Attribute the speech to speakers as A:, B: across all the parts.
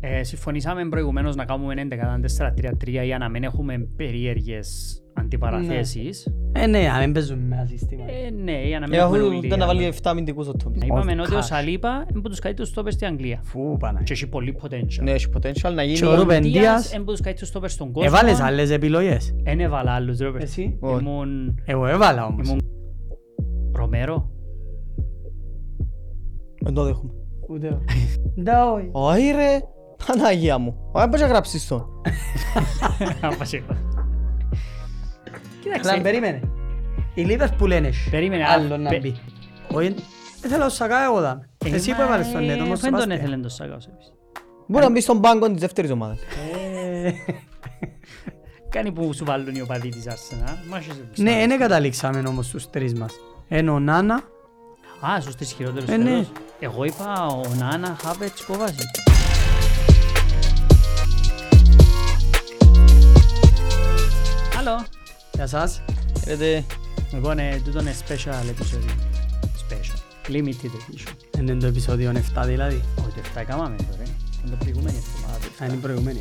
A: Ε, συμφωνήσαμε προηγουμένως να κάνουμε 11-4-3-3 για να μην έχουμε περίεργες αντιπαραθέσεις.
B: Ε, ναι, αν δεν παίζουμε με ένα σύστημα.
A: Ε, ναι, για να μην έχουμε
C: Έχουν
A: όλοι.
C: ήταν να βάλει 7 μυντικούς ο Τόμπι.
A: Να είπαμε
B: Old
A: ότι ο
B: Cash.
A: Σαλίπα είναι από τους καλύτερους στόπερ στην Αγγλία.
B: Φου, Παναγία.
A: Και έχει πολύ potential.
C: Ναι, έχει potential να γίνει...
B: Και ο Ρούμπεν
A: Δίας
B: Δίας.
A: είναι από τους καλύτερους στόπερ στον κόσμο.
B: Έβαλες άλλες επιλογές.
A: Εν έβαλα άλλους ρε παιδί.
B: Εσύ. ναι.
C: Ο-
A: Ήμουν
B: Εγώ έβαλα όμως.
A: Ήμουν- Ρομέρο.
C: Δεν το δέχομαι.
B: Ούτε εγώ. Ντα, όχι.
C: Ωι ρε, Παναγία μου. Ωι, πώς θα γράψεις τον.
B: Αλλά περίμενε. Η Λίβερπουλ είναι εσύ.
A: Περίμενε,
B: Άλλο
A: α,
B: να
A: πε- Ε,
B: μπει. Όχι. Θέλω σακά εγώ δάμε. Εσύ που έβαλες τον Νέτο,
A: όμως
B: όμως το
A: Δεν τον
B: πάστε.
A: έθελε το Σάκα ο Σέβης.
C: Μπορεί να μπει στον πάγκο της δεύτερης ομάδας.
B: Ε,
A: Κάνει που σου βάλουν οι οπαδοί της Arsenal. Μάχεσαι τους
B: Ναι,
A: άλλους.
B: δεν καταλήξαμε όμως στους τρεις μας. Εν ο Νάνα,
A: Α, στους τρεις χειρότερους
B: Ε, ναι.
A: τέλος. Εγώ είπα ο Νάνα Χάβετς που βάζει. Άλλο.
B: για σας.
C: Ξέρετε,
A: Λοιπόν, ε, τούτο είναι special επεισόδιο. Special. Limited edition.
B: Εν Είναι το επεισόδιο 7 δηλαδή.
A: Ότι αυτά έκαναμε τώρα. ε. Είναι το προηγούμενη εβδομάδα.
B: Αν είναι η προηγούμενη.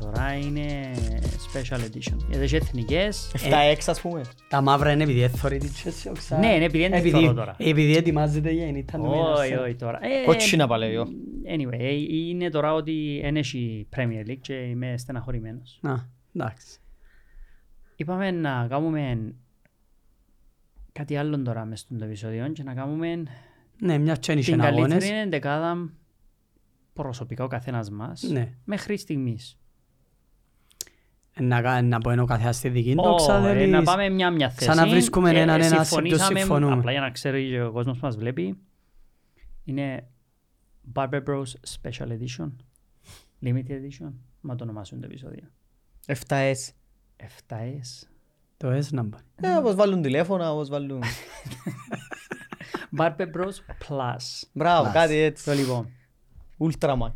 A: Τώρα είναι special edition. Γιατί έχει εθνικές.
C: 7-6 ας πούμε.
B: Τα μαύρα είναι επειδή έθωρε τη Chelsea, οξά.
A: Ναι, είναι επειδή είναι θωρώ τώρα.
B: Ε, Επειδή ετοιμάζεται για ενίτα νομένα.
A: Όχι, όχι τώρα. Ε,
C: Κότσινα παλαιό.
A: Anyway, ε, είναι τώρα ότι δεν έχει Premier League και είμαι στεναχωρημένος.
B: Να, εντάξει.
A: Είπαμε να κάνουμε κάτι άλλο τώρα μες στον επεισόδιο και να κάνουμε
B: Ναι, μια τσένισε
A: την καλύτερη
B: αγώνες.
A: εντεκάδα προσωπικά ο καθένας μας
B: Ναι.
A: μέχρι στιγμής.
B: Να, κα- να πω ενώ καθένας στη δική του,
A: Ω, ρε,
B: ξαδελείς.
A: να πάμε μια μια θέση.
B: Ξαναβρίσκουμε έναν ένα σε ποιος
A: συμφωνήσαμε,
B: συμφωνούμε.
A: Απλά για να ξέρει και ο κόσμος που μας βλέπει. Είναι Barber Bros Special Edition. Limited Edition. Μα το ονομάσουν το επεισόδιο.
C: 7S.
A: 7S.
B: Το S να μπει.
C: Ε, όπως βάλουν τηλέφωνα, όπως βάλουν...
A: Barber Bros Plus.
C: Μπράβο, κάτι
A: Το
C: έτσι.
A: λοιπόν.
C: Ultramax.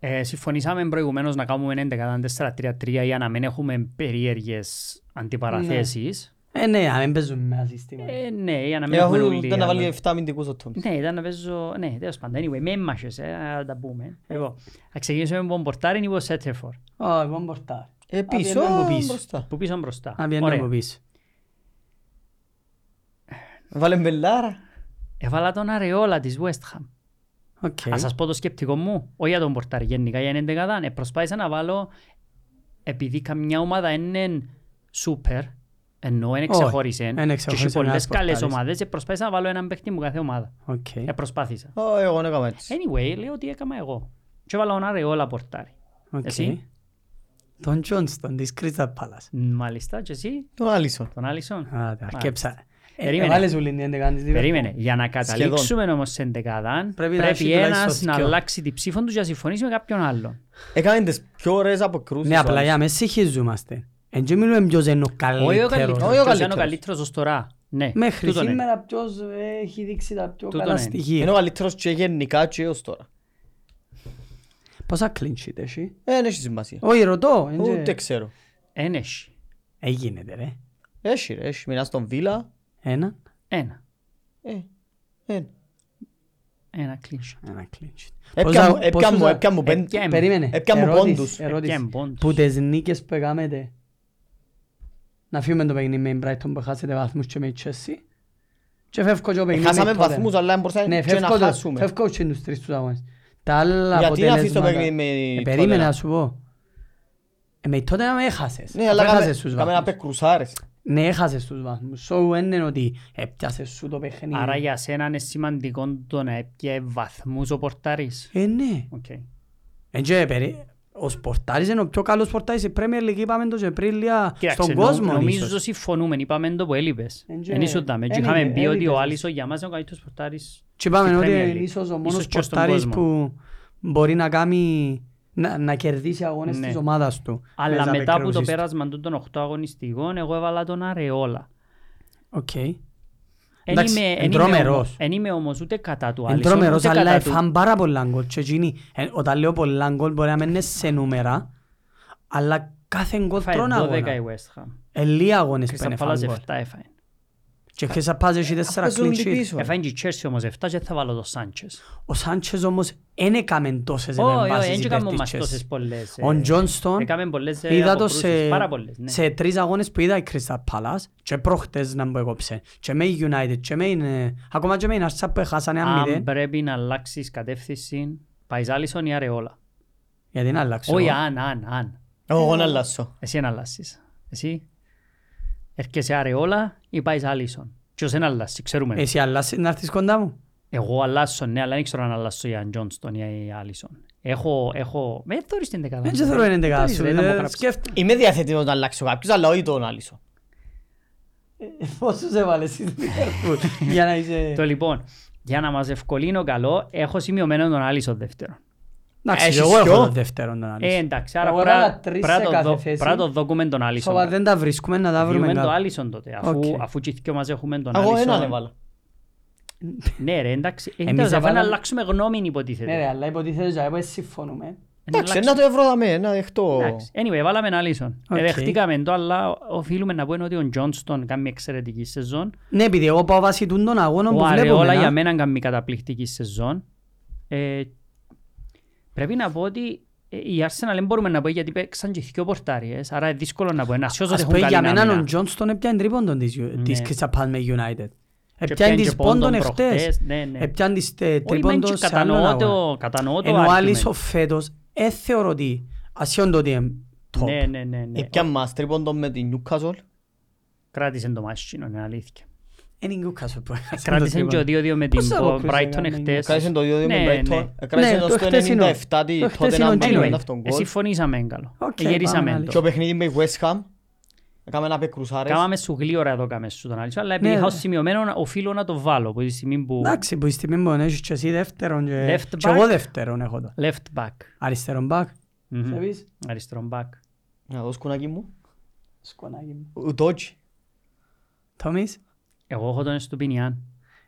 A: Ε, συμφωνήσαμε προηγουμένως να κάνουμε 11-4-3-3 για να μην έχουμε περίεργες αντιπαραθέσεις.
B: Ε, ναι, αν δεν παίζουμε με ένα σύστημα.
A: Ε, ναι, για να μην έχουμε
C: Έχουν
A: όλοι.
C: ήταν να
A: άλλο.
C: βάλει 7 μυντικούς ο Τόμπι.
A: Ναι, ήταν να παίζω... Ναι, τέλος πάντων. Anyway, με έμμαχες, ε, να τα πούμε. Εγώ, θα ξεκινήσουμε με τον Πορτάριν ή τον Σέτερφορ.
B: Ω, εγώ μπορτάρ.
C: Ε, πίσω,
B: Απ' έναν που πίσω.
C: μπροστά.
A: Που πίσω μπροστά.
B: Αν πιένω από
A: Ωραία.
B: πίσω.
C: Βάλε μπελάρα.
A: Έβαλα τον Αρεόλα της West Ham.
B: Οκ.
A: Ας σας πω το σκεπτικό μου. Όχι για τον Πορτάρι γενικά, για την 11 Ε, προσπάθησα να βάλω... Επειδή καμιά ομάδα είναι σούπερ, ενώ είναι
B: Όχι,
A: ξεχώρισε.
B: δεν
A: Και
B: ξεχώρισε
A: έχει πολλές
B: ένας
A: καλές
B: Πορτάρης.
A: ομάδες. ε, Προσπάθησα να βάλω έναν παίχτη μου κάθε ομάδα.
B: Οκ.
A: Ε, προσπάθησα.
C: Ω, εγώ να κάνω έτσι.
A: Anyway, λέω τι έκανα εγώ. Και έβαλα τον Αρεόλα Πορτάρι.
B: Οκ.
A: Εσύ?
B: Τον Τζόνστον της Crystal Palace.
A: Μάλιστα, και εσύ,
C: Τον Άλισον.
A: τον Άλισον.
B: Α, τα αρκέψα. Ε,
A: Περίμενε.
B: έβαλες ούλη την έντεκα της Liverpool.
A: Ε, Περίμενε. Για να καταλήξουμε όμως σε εντεκάδα,
B: Πρέπει
A: πρέπει,
B: να έχει
A: ένας
B: τουλάχιστον
A: να
B: δυο.
A: αλλάξει τη ψήφα του για να συμφωνήσει με κάποιον άλλον.
C: Έκανε Ε, τις πιο ωραίες αποκρούσεις.
B: Ναι,
C: ο
B: απλά για με συγχυζούμαστε. Εν και μιλούμε ποιος είναι ο
A: Όχι ο
B: καλύτερος.
A: καλύτερος.
C: Όχι
A: ποιος είναι
C: ο
A: ο
C: καλύτερος.
A: καλύτερος ως τώρα. Ναι,
B: Μέχρι
A: τούτον είναι.
B: σήμερα ποιος ε, έχει δείξει τα πιο
A: Τούτον
B: καλά
A: είναι.
C: Άλισον. Είναι
B: στοιχεία.
C: ο καλύτερος και γενικά και έως τώρα.
B: Πόσα clean sheet έχει.
C: Ε, δεν έχει σημασία.
B: Όχι, ρωτώ. εν και-
C: Ούτε ξέρω.
A: Εν έχει.
B: Ε, γίνεται ρε.
C: Έχει ρε, έχει. Μείνας στον Βίλα.
B: Ένα.
A: Ένα.
C: Ε, ε.
A: Ένα κλείσιο.
B: Ένα clean sheet.
C: Έπια μου-
B: Πόσα-
C: έπια μου-
B: πόσα-
C: έπια μου πεν-
A: έπια-
B: Περίμενε.
C: έπια μου
B: Ερώτηση,
C: πόντους.
B: ερώτηση.
A: Έπιαν πόντους.
B: Που τις νίκες που έκαμετε. Να φύγουμε το παιχνίδι με την Brighton που χάσετε βαθμούς και με η Chelsea. Και φεύγω και το παιχνίδι με
C: Ε, Χάσαμε
B: η Tottenham.
C: βαθμούς, αλλά μπορούσαμε
B: Ναι,
C: και να
B: φεύγω το-
C: χάσουμε.
B: φεύγω και τους τρεις τους αγώνες. Τα άλλα
C: Γιατί να αφήσεις το
B: αποτελέσματα-
C: παιχνίδι με η
B: Ε, Περίμενε
C: Tottenham.
B: να σου πω. Ε, με τότε να με έχασες.
C: Ναι,
B: Αφού
C: αλλά
B: έχασες τους
C: κάμε να
B: βαθμούς.
C: πεκρουσάρες.
B: Ναι, έχασες τους βαθμούς. So, δεν είναι ότι έπιασες σου το παιχνίδι.
A: Άρα για σένα είναι σημαντικό το να έπιε βαθμούς ο Πορτάρης.
B: Ε, ναι.
A: Οκ.
B: Εν και περί- ο Σπορτάρης είναι ο πιο καλός Σπορτάρης η Premier League, είπαμε το και πριν, λία,
A: Κοίταξε,
B: στον
A: νο-
B: κόσμο
A: νομίζω ότι
B: ίσως.
A: συμφωνούμε, είπαμε το που έλειπες.
B: Εν και-
A: Εν ήσουν τα με. Και
B: εν
A: είχαμε
B: είναι,
A: πει ότι ο
B: έλειπες.
A: Άλισο για μας είναι ο καλύτερος Πορτάρης.
B: Και είπαμε
A: στην
B: ότι
A: Premier
B: είναι
A: League.
B: ίσως ο μόνος
A: Ίσως και στον
B: Σπορτάρης
A: κόσμο.
B: που μπορεί να κάνει, να, να κερδίσει αγώνες
A: Ναι.
B: της ομάδας του.
A: Αλλά
B: Μέσα
A: μετά από το
B: απεκρούσεις του.
A: πέρασμα των οχτώ αγωνιστικών, εγώ έβαλα τον Αρεόλα.
B: Οκ.
A: Εν
B: Εντάξει,
A: είμαι- εν είμαι
B: εντρόμερος.
A: όμως- Εν είμαι όμως ούτε κατά του
B: Εν
A: Άλισον,
B: τρομερός,
A: ούτε
B: αλλά
A: κατά του-
B: έφαν πάρα πολλά γκολ. Και εκείνοι, ε, Όταν λέω πολλά γκολ μπορεί να μην είναι σε νούμερα, αλλά κάθε γκολ
A: Έφαγε
B: τρώνε
A: 12
B: αγώνα.
A: η West Ham.
B: Ε, λίγα αγώνες που
A: Crystal
B: είναι
A: Palace
B: φαν γκολ.
A: 7 έφαγε.
B: Και χθες απάζε έχει τέσσερα
C: Παίζουν
B: clean
C: την
B: sheet.
C: πίσω.
A: Εφάγει η Chelsea όμως 7 και θα βάλω το Σάντσες.
B: Ο Σάντσες όμως δεν έκαμε τόσες
A: Όχι, όχι,
B: επεμβάσεις
A: δεν
B: υπέρ
A: έκαμε
B: της
A: μας
B: Chelsea.
A: τόσες πολλές.
B: Ο
A: ε,
B: Τζόνστον
A: έκαμε πολλές, ε,
B: είδα το
A: αποκρούσεις,
B: σε,
A: πάρα πολλές, ναι.
B: σε τρεις αγώνες που είδα η Crystal Palace και προχτές να μου έκοψε. Και με η United και με η... ε, Ακόμα και με η Arsenal που έχασανε αν
A: Αν
B: μηδέν.
A: πρέπει να αλλάξεις κατεύθυνση, πάει Άλισον ή Αρεόλα.
B: Γιατί να αλλάξω.
A: Όχι,
B: εγώ.
A: αν, αν, αν.
C: Εγώ να αλλάσω.
A: Εσύ να αλλάσεις. Εσύ έρχεσαι Αρεόλα ή πάει Άλισον. Ποιος δεν αλλάσει, ξέρουμε.
B: Εσύ αλλάσεις να έρθεις κοντά μου.
A: Εγώ αλλάσω, ναι, αλλά δεν ξέρω αν αλλάσω για Τζόνστον ή Άλισον. Έχω, έχω... Με θωρείς την δεκάδα.
B: Δεν και θέλω έναν
A: Δεν
B: δεκάδα σου.
A: θωρείς, δεν θα μου
B: ε,
A: γράψεις.
B: Σκέφτε.
C: Είμαι διαθετικός να αλλάξω κάποιους, αλλά όχι τον Άλισον.
B: Πόσους έβαλες στην Για να
A: Το
B: είσαι...
A: λοιπόν, για να μας ευκολύνω καλό, έχω σημειωμένο τον Άλισον δεύτερο.
B: Εντάξει,
C: Έχεις
B: εγώ έχω
C: δυο.
B: το δεύτερο να
A: Ε,
B: αναλύσω.
A: εντάξει, άρα
B: Εγώ έβαλα τρεις σε κάθε θέση.
A: πρέπει να το δούμε τον Άλισον.
B: Σοβα, δεν τα βρίσκουμε να τα βρούμε
A: Διούμε το
B: κάπου.
A: Άλισον τότε, αφού,
B: Οκ.
A: αφού και οι δυο μας έχουμε τον
C: Εγώ
A: Άλισον.
C: έναν έβαλα.
A: Ναι ρε, εντάξει. Ε,
B: Εμείς
A: τέλος, αφού να
B: έβαλαμε-
A: αλλάξουμε γνώμη υποτίθεται.
B: Ναι ρε, αλλά υποτίθεται ότι δεν συμφωνούμε.
A: Να
C: Εντάξει,
A: αλλάξουμε.
C: να το ευρώδαμε, να δεχτώ.
A: Εντάξει. Anyway, βάλαμε έναν Άλισον.
B: Οκ.
A: Ε, Δεχτήκαμε το, αλλά οφείλουμε να πούμε ότι ο Τζόνστον κάνει εξαιρετική σεζόν.
B: Ναι, επειδή εγώ πάω βάσει τούν των αγώνων
A: Ο
B: που
A: Αρεόλα για
B: βλέπουμε.
A: μένα κάνει καταπληκτική σεζόν. Ε, πρέπει να πω ότι ε, η Arsenal δεν μπορούμε να πω γιατί παίξαν και δυο πορτάριες, άρα είναι δύσκολο να πω. Ένα σιώσο
B: Ας
A: ότι
B: πω
A: έχουν
B: για
A: καλή
B: μένα ο
A: άμυνα.
B: Τζόνστον έπιανε τρίποντον της Ju- της
A: Ναι.
B: Crystal Palace με United.
A: Και
B: Έπιανε
A: πιάνει
B: της
A: και πόντον
B: πόντον
A: προχτές.
B: εχθές.
A: Ναι, ναι.
B: Έπιανε της ε,
A: Όχι, μεν και
B: τρίποντον σε άλλον
A: κατανοώ
B: αγώνα.
A: το, κατανοώ το
B: Ενώ ο Άλισον
A: argument.
B: φέτος ε, θεωρώ ότι ασιόν το ότι είναι top.
A: Ναι, ναι, ναι, ναι.
C: Επιάν Ε, μας τρίποντον με την Newcastle.
A: Κράτησε το μάσχινο, είναι αλήθεια.
B: Είναι η Newcastle που έχασε το
A: Κράτησε Ε, και ο
B: τρίποντο.
A: 2-2 με την
B: Πώς θα
A: Bo-
B: αποκλείσαμε
A: Brighton
B: αν είναι
A: εχθές.
C: Κράτησε το 2-2
A: Ναι,
C: με
A: ναι.
C: Brighton. Κράτησε
B: Ναι,
C: το
B: το
C: στο
B: χτες είναι ο-
C: 97 τη
B: το χτες είναι ο
C: Tottenham
B: Τζίνο.
C: που
A: Anyway,
C: ήταν αυτόν
A: ε,
C: γκολ.
A: συμφωνήσαμε εν καλό.
B: Οκ,
A: Ε, γυρίσαμε
B: πάμε
A: εν
C: Και
A: το.
C: ο παιχνίδι με West Ham. Έκαμε να πεκρουσάρες.
A: Κάμαμε σου γλύωρα εδώ κάμε σου τον Άλισον, αλλά επειδή
B: Ναι,
A: είχα
B: ναι.
A: ως σημειωμένο να- οφείλω να το βάλω από τη στιγμή που
B: Εντάξει, που στη μήμπον έχεις και εσύ δεύτερον και
A: Left
B: και
A: back.
B: εγώ δεύτερον έχω το.
A: left back.
B: Αριστερον back.
A: Μμμ.
B: Ξέρεις,
A: Αριστερό back.
C: Να δω σκουνάκι μου.
B: σκονάκι μου.
C: Ο Dodge.
B: Τόμις,
A: Εγώ έχω τον Στουπινιάν.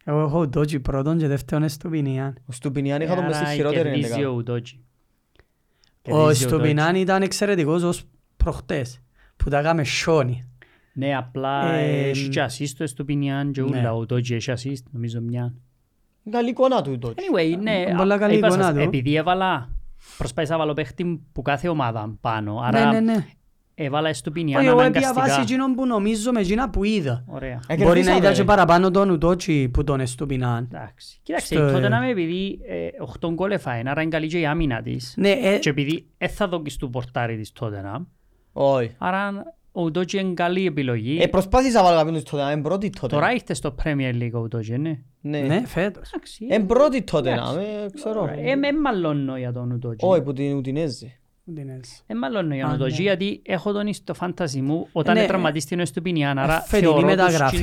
B: εγώ έχω ο Ντότζι πρώτον και δεύτερον Στουπινιάν.
C: Ο Στουπινιάν είχα τον μες στη χειρότερη
A: Ε, Κερδίζει
C: ενδεκάδα.
A: ο Ουντότζι.
B: Ο Στουπινάν ήταν εξαιρετικός ως προχτές που τα έκαμε σιόνι.
A: Ναι, απλά
B: Ε,
A: έχεις και assist ο Στουπινιάν και
B: ναι.
A: ούλα ο Ουντότζι έχει assist, νομίζω μια.
C: Καλή εικόνα του η Dodge.
A: Anyway, ναι,
B: Ε, πολλά
A: α-
B: καλή
A: είπα σας,
B: εικόνα του.
A: επειδή έβαλα, προσπάθησα να βάλω παίχτη που κάθε ομάδα πάνω,
B: Ναι, ναι,
A: άρα
B: ναι.
A: έβαλα Στουπινιάν
B: Όχι, εγώ έπια βάση
A: αναγκαστικά.
B: εκείνων που νομίζω με εκείνα που είδα.
A: Ωραία.
C: Ε,
B: Μπορεί να
C: κερδίσαμε,
B: είδα και
C: ρε.
B: παραπάνω τον Ουτότσι που τον εστουπινάν.
A: Εντάξει. Κοίταξε,
B: Στο-
A: η Tottenham επειδή 8 γκολ έφαγε, άρα είναι καλή και η άμυνα της.
B: Ναι, ε,
A: Και επειδή δεν θα δοκίσει του πορτάρι της Tottenham,
C: Όχι.
A: άρα ο Ντότζι είναι καλή επιλογή.
C: Ε, προσπάθησα να βάλω κάποιον του Tottenham, εν πρώτη
A: Τώρα
C: τότε.
A: ήρθε στο Premier League ο Ντότζι, ναι.
C: Ναι.
B: ναι, φέτος.
A: Εντάξει.
C: Εν πρώτη Tottenham, ε, ξέρω.
A: Ε, με μαλώνω για τον Ουντότζι.
C: Όχι, που την Ουτινέζη.
B: Την έλυσε.
A: Ε, μάλλον για τον
B: Α,
A: Ντότζι,
B: ναι.
A: γιατί έχω τον στο φάνταζι μου όταν
B: Ναι. Ε,
A: είναι τραυματίστην ο Στουπινιάν, άρα
B: Φετινή
A: θεωρώ τους
B: μεταγραφή,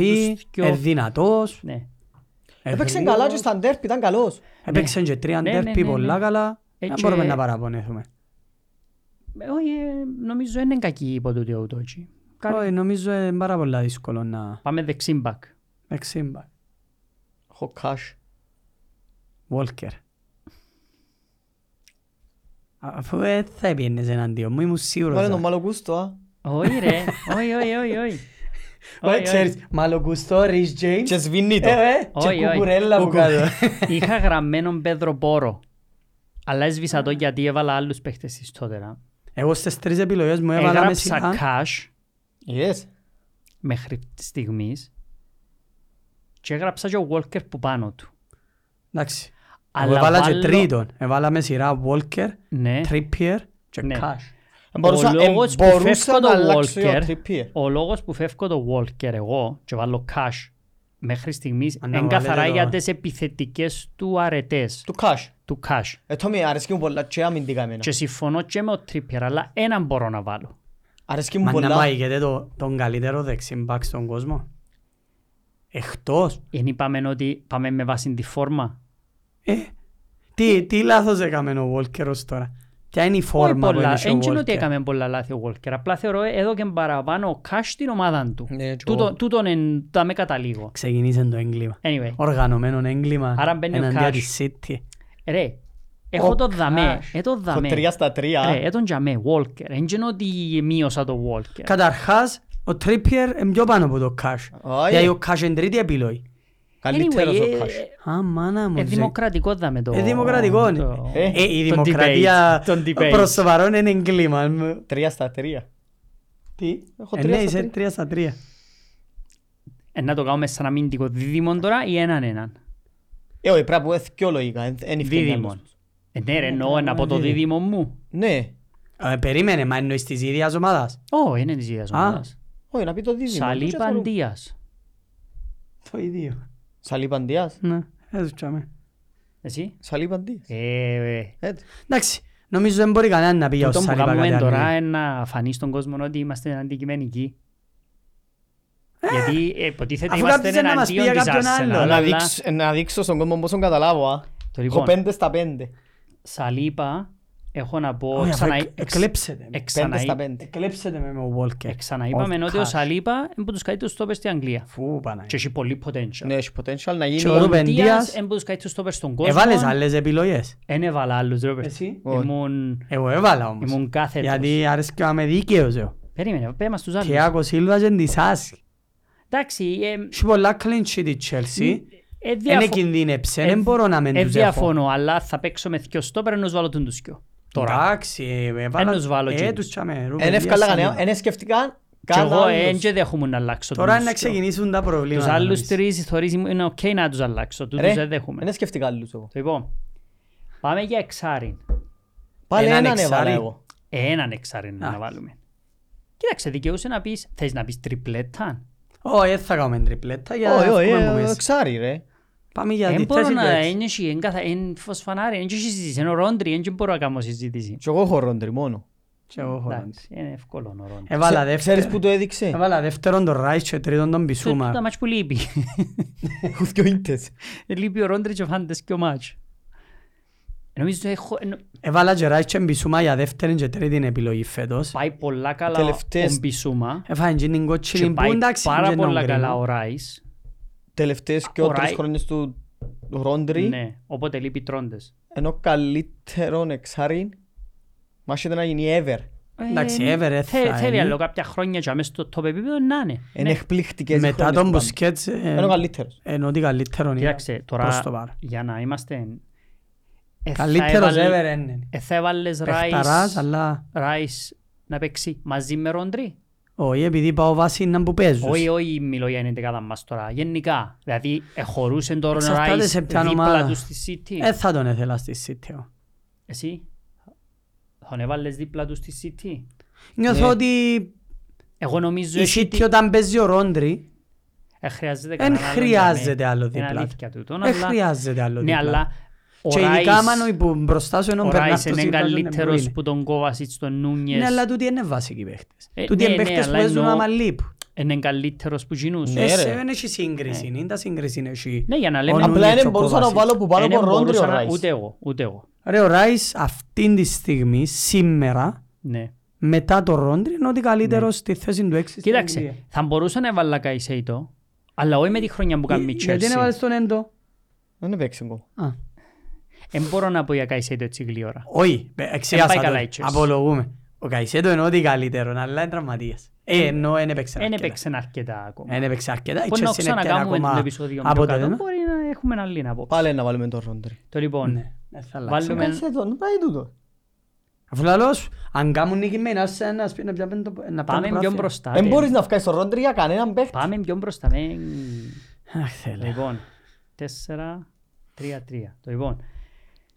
A: κοινούς δυο-
B: ε, δυνατός.
A: Ναι.
B: ε,
C: Έπαιξε
B: γρήγορος.
C: καλά και στα ντέρπι, ήταν καλός.
B: Έπαιξε και τρία
A: Ναι, ναι, ναι,
B: ντέρπι
A: ναι.
B: πολλά καλά.
A: Ε,
B: Δεν
A: και-
B: μπορούμε να παραπονέθουμε.
A: Ε, Όχι, ε, νομίζω είναι κακή υπό τούτη ο Ουντότζι. Κάτι-
B: Όχι, νομίζω είναι πάρα πολλά δύσκολο να
A: Πάμε δεξίμπακ.
B: εξήμπα.
C: Έχω cash.
B: Walker. Αφού ε, θα πιένες εναντίον μου, ήμουν
C: Βάλε
B: σίγουρος.
C: τον Μαλοκούστο, α.
A: Όχι ρε, όχι, όχι, όχι, όχι.
B: Μα
A: Όχι,
B: ξέρεις, μαλοκουστό, Ρις Τζέιμς.
C: Και σβηνεί το.
B: Ε, ε,
A: Όχι,
B: και
A: όχι.
B: κουκουρέλα που
C: Κουκου-
B: κάτω.
A: όχι. Είχα γραμμένον Πέδρο Πόρο. Αλλά έσβησα το γιατί έβαλα άλλους παίχτες της τότε.
B: Εγώ στις τρεις επιλογές μου έβαλα με
A: Έγραψα
B: σειρά.
A: cash
C: Yes.
A: μέχρι στιγμής και έγραψα και ο Walker που πάνω του.
B: Εντάξει. Εγώ
A: Αλλά
B: έβαλα και
A: βάλω-
B: τρίτον. Έβαλα με σειρά Walker,
A: Ναι.
B: Trippier και
A: Ναι.
B: Cash.
C: Μπορούσα,
A: Ο
C: ε,
A: λόγος που
C: μπορούσα
A: φεύγω
C: να
A: το
C: αλλάξω για
A: Walker-
C: Trippier.
A: Ο λόγος που φεύγω το Walker εγώ και βάλω cash μέχρι στιγμής
C: ναι,
B: Αν
A: είναι
B: να βάλετε
A: καθαρά
B: το-
A: για τις επιθετικές του αρετές
C: Του cash.
A: του cash.
C: Ε, Τόμι, αρέσκει μου πολλά και αμυντικά εμένα.
A: Και συμφωνώ και με ο Trippier, αλλά έναν μπορώ να βάλω.
C: Αρέσκει μου
B: Μα να
C: πολλά.
B: μάγεται το- τον καλύτερο δεξιμπακ στον κόσμο. Εκτός.
A: Εν είπαμε ότι πάμε με βάση τη φόρμα.
B: Ε, τι, τι λάθος έκαμε ο Walker ως τώρα. Ποια είναι η
A: Όχι
B: φόρμα που
A: πολλά.
B: έχει ο
A: Εν είναι ότι
B: Walker.
A: έκαμε πολλά λάθη ο Walker. Απλά θεωρώ εδώ και παραπάνω ο Cash την ομάδα του.
C: Ναι, κι εγώ.
A: Τούτον- Τούτον εν- τα με καταλήγω.
B: Ξεκινήσε το έγκλημα.
A: Anyway,
B: Οργανωμένο έγκλημα
A: Άρα μπαίνει ο
B: εναντίον
A: Cash.
B: της City.
A: ρε, έχω το δαμέ.
B: Cash.
A: Ε, το
C: Το
A: δαμέ. Ε,
C: τρία στα τρία.
A: Ρε, ε, τον τζαμέ, Walker. Εν είναι ότι μείωσα το Walker.
B: Καταρχάς, Ο Τρίπιερ είναι πιο πάνω από το Κάσ.
C: Όχι.
B: Γιατί ο Κάσ είναι τρίτη επιλογή.
C: Καλύτερος
A: Anyway,
C: ο Κάσ.
A: ε,
B: Α, μάνα μου.
A: ε,
B: τζε.
A: δημοκρατικό δάμε το...
B: Ε, δημοκρατικό είναι.
A: το-
C: Ε,
B: Ε, Η
A: τον
B: δημοκρατία
A: debate, τον debate.
B: προς το παρόν είναι εγκλήμα.
C: Τρία στα τρία.
B: Τι,
C: Έχω
B: Ε,
C: τρία
B: ναι,
C: στα
B: είσαι
C: τρία.
B: τρία στα τρία.
A: Ε, να το κάνουμε σαν αμυντικό δίδυμον τώρα ή έναν έναν.
C: Ε, όχι, πρέπει να πω λογικά. Ε, εν- εν ευκαιρία
A: Δίδυμον.
C: άλλος.
A: Ε, ναι ρε, εννοώ να πω το
B: δίδυμο.
A: δίδυμο μου.
C: Ναι.
B: Ε, Περίμενε, μα εννοείς της ίδιας ομάδας.
A: Ω, είναι της ίδιας
B: Α.
A: ομάδας.
C: Όχι, να πει το δίδυμο.
A: Σαλή Παντίας.
B: Το ίδιο.
C: Σαλή Παντίας.
B: Ναι,
A: Ε,
B: έζουτσαμε.
A: Εσύ.
C: Σαλή Παντίας.
A: Ε, ε,
C: Έτσι.
B: Εντάξει, νομίζω δεν μπορεί κανένα να πει για ο
A: τούτο που
B: Σάλιμπα κάτι
A: κάνουμε τώρα ε,
B: άλλο.
A: είναι να φανεί στον κόσμο ότι είμαστε αντικειμενικοί. Γιατί ε, υποτίθεται
B: αφού
A: είμαστε
B: κάποιος δεν να μας πει
A: εναντίον
B: για
A: της
B: κάποιον
A: Arsenal,
B: άλλον.
A: αλλά-
C: Να δείξ- Να δείξω στον κόσμο πόσο καταλάβω. α.
A: Το
C: Έχω
A: λοιπόν,
C: πέντε στα πέντε.
A: Σαλίπα, έχω να πω,
B: Όχι, αφού
A: ξανα-
B: εκ- εκλέψετε με.
A: εξ-
C: Πέντε
A: ξαναεί-
C: στα πέντε.
B: Εκλέψετε με με ο Βόλκερ.
A: ξαναείπαμε
B: Ο
A: ότι ο
B: Κάσ.
A: Σαλίπα είναι από τους καλύτερους στόπερς στην Αγγλία.
B: Φου,
A: Και
B: Παναγία.
A: έχει πολύ potential.
C: Ναι, έχει potential να
B: Και
C: γίνει.
B: ο
A: Ο
B: Ρούμπεν
A: Ντίας
B: Ντίας,
A: είναι από τους καλύτερους στόπερς στον κόσμο.
B: έβαλες άλλες επιλογές.
A: Εν έβαλα άλλους, ρε παιδί.
B: Εσύ.
C: Όχι.
A: Ήμουν-
B: Εγώ έβαλα όμως.
A: Ήμουν κάθετος.
B: Γιατί άρεσκε να είμαι δίκαιος εγώ.
A: Περίμενε, πέ μας τους άλλους.
B: Τιάκο Σίλβα ε. και Ντισάσκι.
A: Εντάξει, ε,
B: Έχει πολλά clean sheet η Chelsea.
A: ε,
B: Είναι
A: διαφο-
B: κινδύνεψε,
A: ε,
B: ναι, δεν μπορώ να μεν
A: ε,
B: τους έχω.
A: διαφωνώ, αλλά θα παίξω με δυο στόπερ, ενώ τους βάλω τον τους δυο. Τώρα.
B: Εντάξει, ε, έβαλα-
A: Εν τους βάλω
B: ε,
A: James.
B: τους τσάμε, ε, Ρούμπεν
C: Εν εύκολα
B: Ντίας,
C: κανένα. ε,
B: Σάλιβα.
C: Εν σκεφτικά
A: Και εγώ
C: κανένα
A: δεν
C: άλλος.
A: δέχομαι να αλλάξω
B: Τώρα
C: ε,
A: τους
B: είναι να
A: δυο.
B: ξεκινήσουν τα προβλήματα.
A: Τους άλλους
B: νομίζεις.
A: τρεις θεωρείς μου είναι ok να τους αλλάξω,
C: Ρε,
A: τούτους δεν
B: Ναι.
A: δέχομαι.
C: εν σκεφτικά άλλους εγώ.
A: Λοιπόν, πάμε για εξάριν.
C: Πάλι
B: Έναν
C: έναν έβαλα
B: εξάρι.
C: εγώ.
A: Έναν εξάριν να
B: Εντάξει.
A: βάλουμε. Κοίταξε, δικαιούσε να πεις, θες να πεις τριπλέτα.
B: Όχι, δεν ε, θα κάνουμε τριπλέτα για να
C: Όχι, όχι,
B: βγούμε από
C: ε,
B: μέσα.
C: εξάρι ρε.
B: Πάμε για
A: Δεν
B: τη
A: Ε, μπορώ
B: θέση
A: να,
B: του.
A: είναι εσύ, είναι καθα- είναι φωσφανάρι, είναι και συζήτηση, είναι ο Ρόντρι, δεν μπορώ να κάνω συζήτηση.
C: Και εγώ έχω ρόντρι μόνο.
B: Και εγώ έχω ρόντρι.
A: Εντάξει, είναι εύκολο ο Ρόντρι.
B: Έβαλα
C: Ξε- Ξέρεις
B: δεύτερο-
C: που το έδειξε.
B: Έβαλα δεύτερον τον Ράις και τρίτον τον
A: Του
B: Μπισούμα.
A: τα μάτς που λείπει. Ε,
C: Έχω δυο ίντες.
A: Λείπει ο Ρόντρι και φάντες και ο μάτς. Ε, Νομίζω έχω, εννο-
B: Έβαλα και Ράις και Μπισούμα για δεύτερη και τρίτη επιλογή φέτος.
A: πάει πολλά καλά
C: Τελευταίες-
A: ο Μπισούμα.
B: Έφαγε και την
A: Και
B: κοτσίνη που
A: πάει
B: εντάξει
A: πάρα
B: είναι
A: πολλά
B: νόγκρινο.
A: καλά ο Ράις.
C: Τελευταίες και
A: Ωραία.
C: τρεις χρόνιες του ρόντρι.
A: Ναι, οπότε λείπει τρόντες.
C: Ενώ καλύτερον εξάρι. Μάχεται να γίνει ever.
B: Εντάξει, Ever
A: Ε, θε-
B: θα είναι.
A: Θέλει άλλο κάποια χρόνια και αμέσως στο top επίπεδο να είναι.
C: Είναι εκπληκτικές οι
B: Μετά
C: χρόνιες
B: τον
C: του
B: Μπουσκέτς ε,
C: πάντα. Είναι ο καλύτερος.
B: ενώ ότι καλύτερον είναι.
A: Κοίταξε,
B: Προς
A: τώρα
B: το παρόν.
A: για να είμαστε... ε, θα
B: Καλύτερος
A: έβαλε-
B: ever είναι.
A: ε, Θα έβαλες
B: Πεχταράς,
A: Ράις-
B: αλλά
A: Ράις να παίξει μαζί με Ρόντρι.
B: όχι επειδή πάω βάση είναι που παίζουν.
A: Όχι, όχι μιλώ για την δεκάδα μας τώρα. Γενικά, δηλαδή εχωρούσε τον
B: Εξαρτάται
A: Ράις
B: σε ποια
A: δίπλα
B: ομάδα.
A: του στη City.
B: Ε, θα τον έθελα στη City. εγώ.
A: Εσύ, τον έβαλες δίπλα του στη City. Ναι.
B: Νιώθω ότι
A: Εγώ νομίζω
B: η
A: ότι
B: City όταν παίζει ο Ρόντρι
A: ε, χρειάζεται
B: Εν
A: κανέναν άλλον
B: χρειάζεται
A: για μέ-
B: άλλο
A: Είναι
B: δίπλα του.
A: αλήθεια τούτο,
B: δεν
A: αλλά-
B: ε, χρειάζεται άλλο
A: Ναι,
B: δίπλα.
A: αλλά ο
B: Και ειδικά άμα είναι
A: Ράις,
B: που μπροστά σου ενώ
A: ο
B: περνάς
A: Ράις
B: το
A: είναι
B: σύμπαν, δεν
A: καλύτερος
B: ναι, μπορεί.
A: που τον Κόβασιτς, τον
B: Ναι, αλλά
A: Νούνιες,
B: τούτοι είναι βασικοί παίχτες.
A: Ε,
B: Τούτοι
A: ναι,
B: είναι
A: ναι,
B: παίχτες που
A: αλλά
B: παίζουν
A: εννοώ-
B: άμα λείπουν.
A: είναι καλύτερος που γινούς.
C: Ναι,
B: Ε,
C: ρε.
B: σε δεν έχει σύγκριση, είναι τα σύγκριση είναι εσύ.
A: Ναι, για να
B: Ο
A: λέμε...
B: Νούνιες
C: Απλά
B: και
C: δεν
B: ο
C: μπορούσα να
B: Kovacic.
C: βάλω που πάνω
A: Ε,
C: από
A: δεν
C: ρόντρι ο
A: μπορούσα να-
C: Ράις.
A: Ούτε εγώ, ούτε εγώ.
B: Ρε ο Ράις αυτήν τη στιγμή, σήμερα,
A: Ναι.
B: μετά το Ρόντρι είναι ότι καλύτερος στη θέση του 6 στην Αγγλία.
A: Κοίταξε, θα μπορούσα να έβαλα Καϊσέιτο, αλλά όχι με τη χρονιά που κάνει η
B: Ε, Γιατί να
A: Chelsea.
B: βάλεις τον Έντο.
C: Δεν παίξει ακόμα.
B: Α,
A: Δεν μπορώ να πω για Καϊσέιτο έτσι γλυόρα.
B: Όχι, ε, εξηγάσα
A: καλά η
B: το.
A: Chelsea.
B: Απολογούμε. Ο Καϊσέτο είναι ότι καλύτερο, αλλά είναι τραυματίας. Ε, ενώ δεν έπαιξε
A: Δεν
B: αρκετά.
A: έπαιξε αρκετά ακόμα.
B: Δεν έπαιξε αρκετά. Η
A: Μπορεί να
B: Chelsea είναι πια
A: ξανακάνουμε το
B: ακόμα
A: επεισόδιο πιο
B: από το
A: κάτω.
B: δέμα.
A: Μπορεί να έχουμε άλλη να πω.
C: Πάλι να βάλουμε τον ρόντρι.
A: Το λοιπόν,
B: Ναι, δεν θα αλλάξει.
A: βάλουμε...
C: Κάτσε εδώ, να πάει τούτο.
B: Αφού λαλώς, αν κάνουν νίκη με ένας, ένας, να πιάμε το- να πάρουν
A: Πάμε
B: το
A: πιο
B: πράθυμα.
A: μπροστά.
C: Δεν
A: ρε.
C: μπορείς να βγάλεις τον ρόντρι για κανέναν παίχτη.
A: Πάμε πιο μπροστά. με-
B: Αχ, θέλω.
A: Λοιπόν, τέσσερα, τρία, τρία. Το λοιπόν,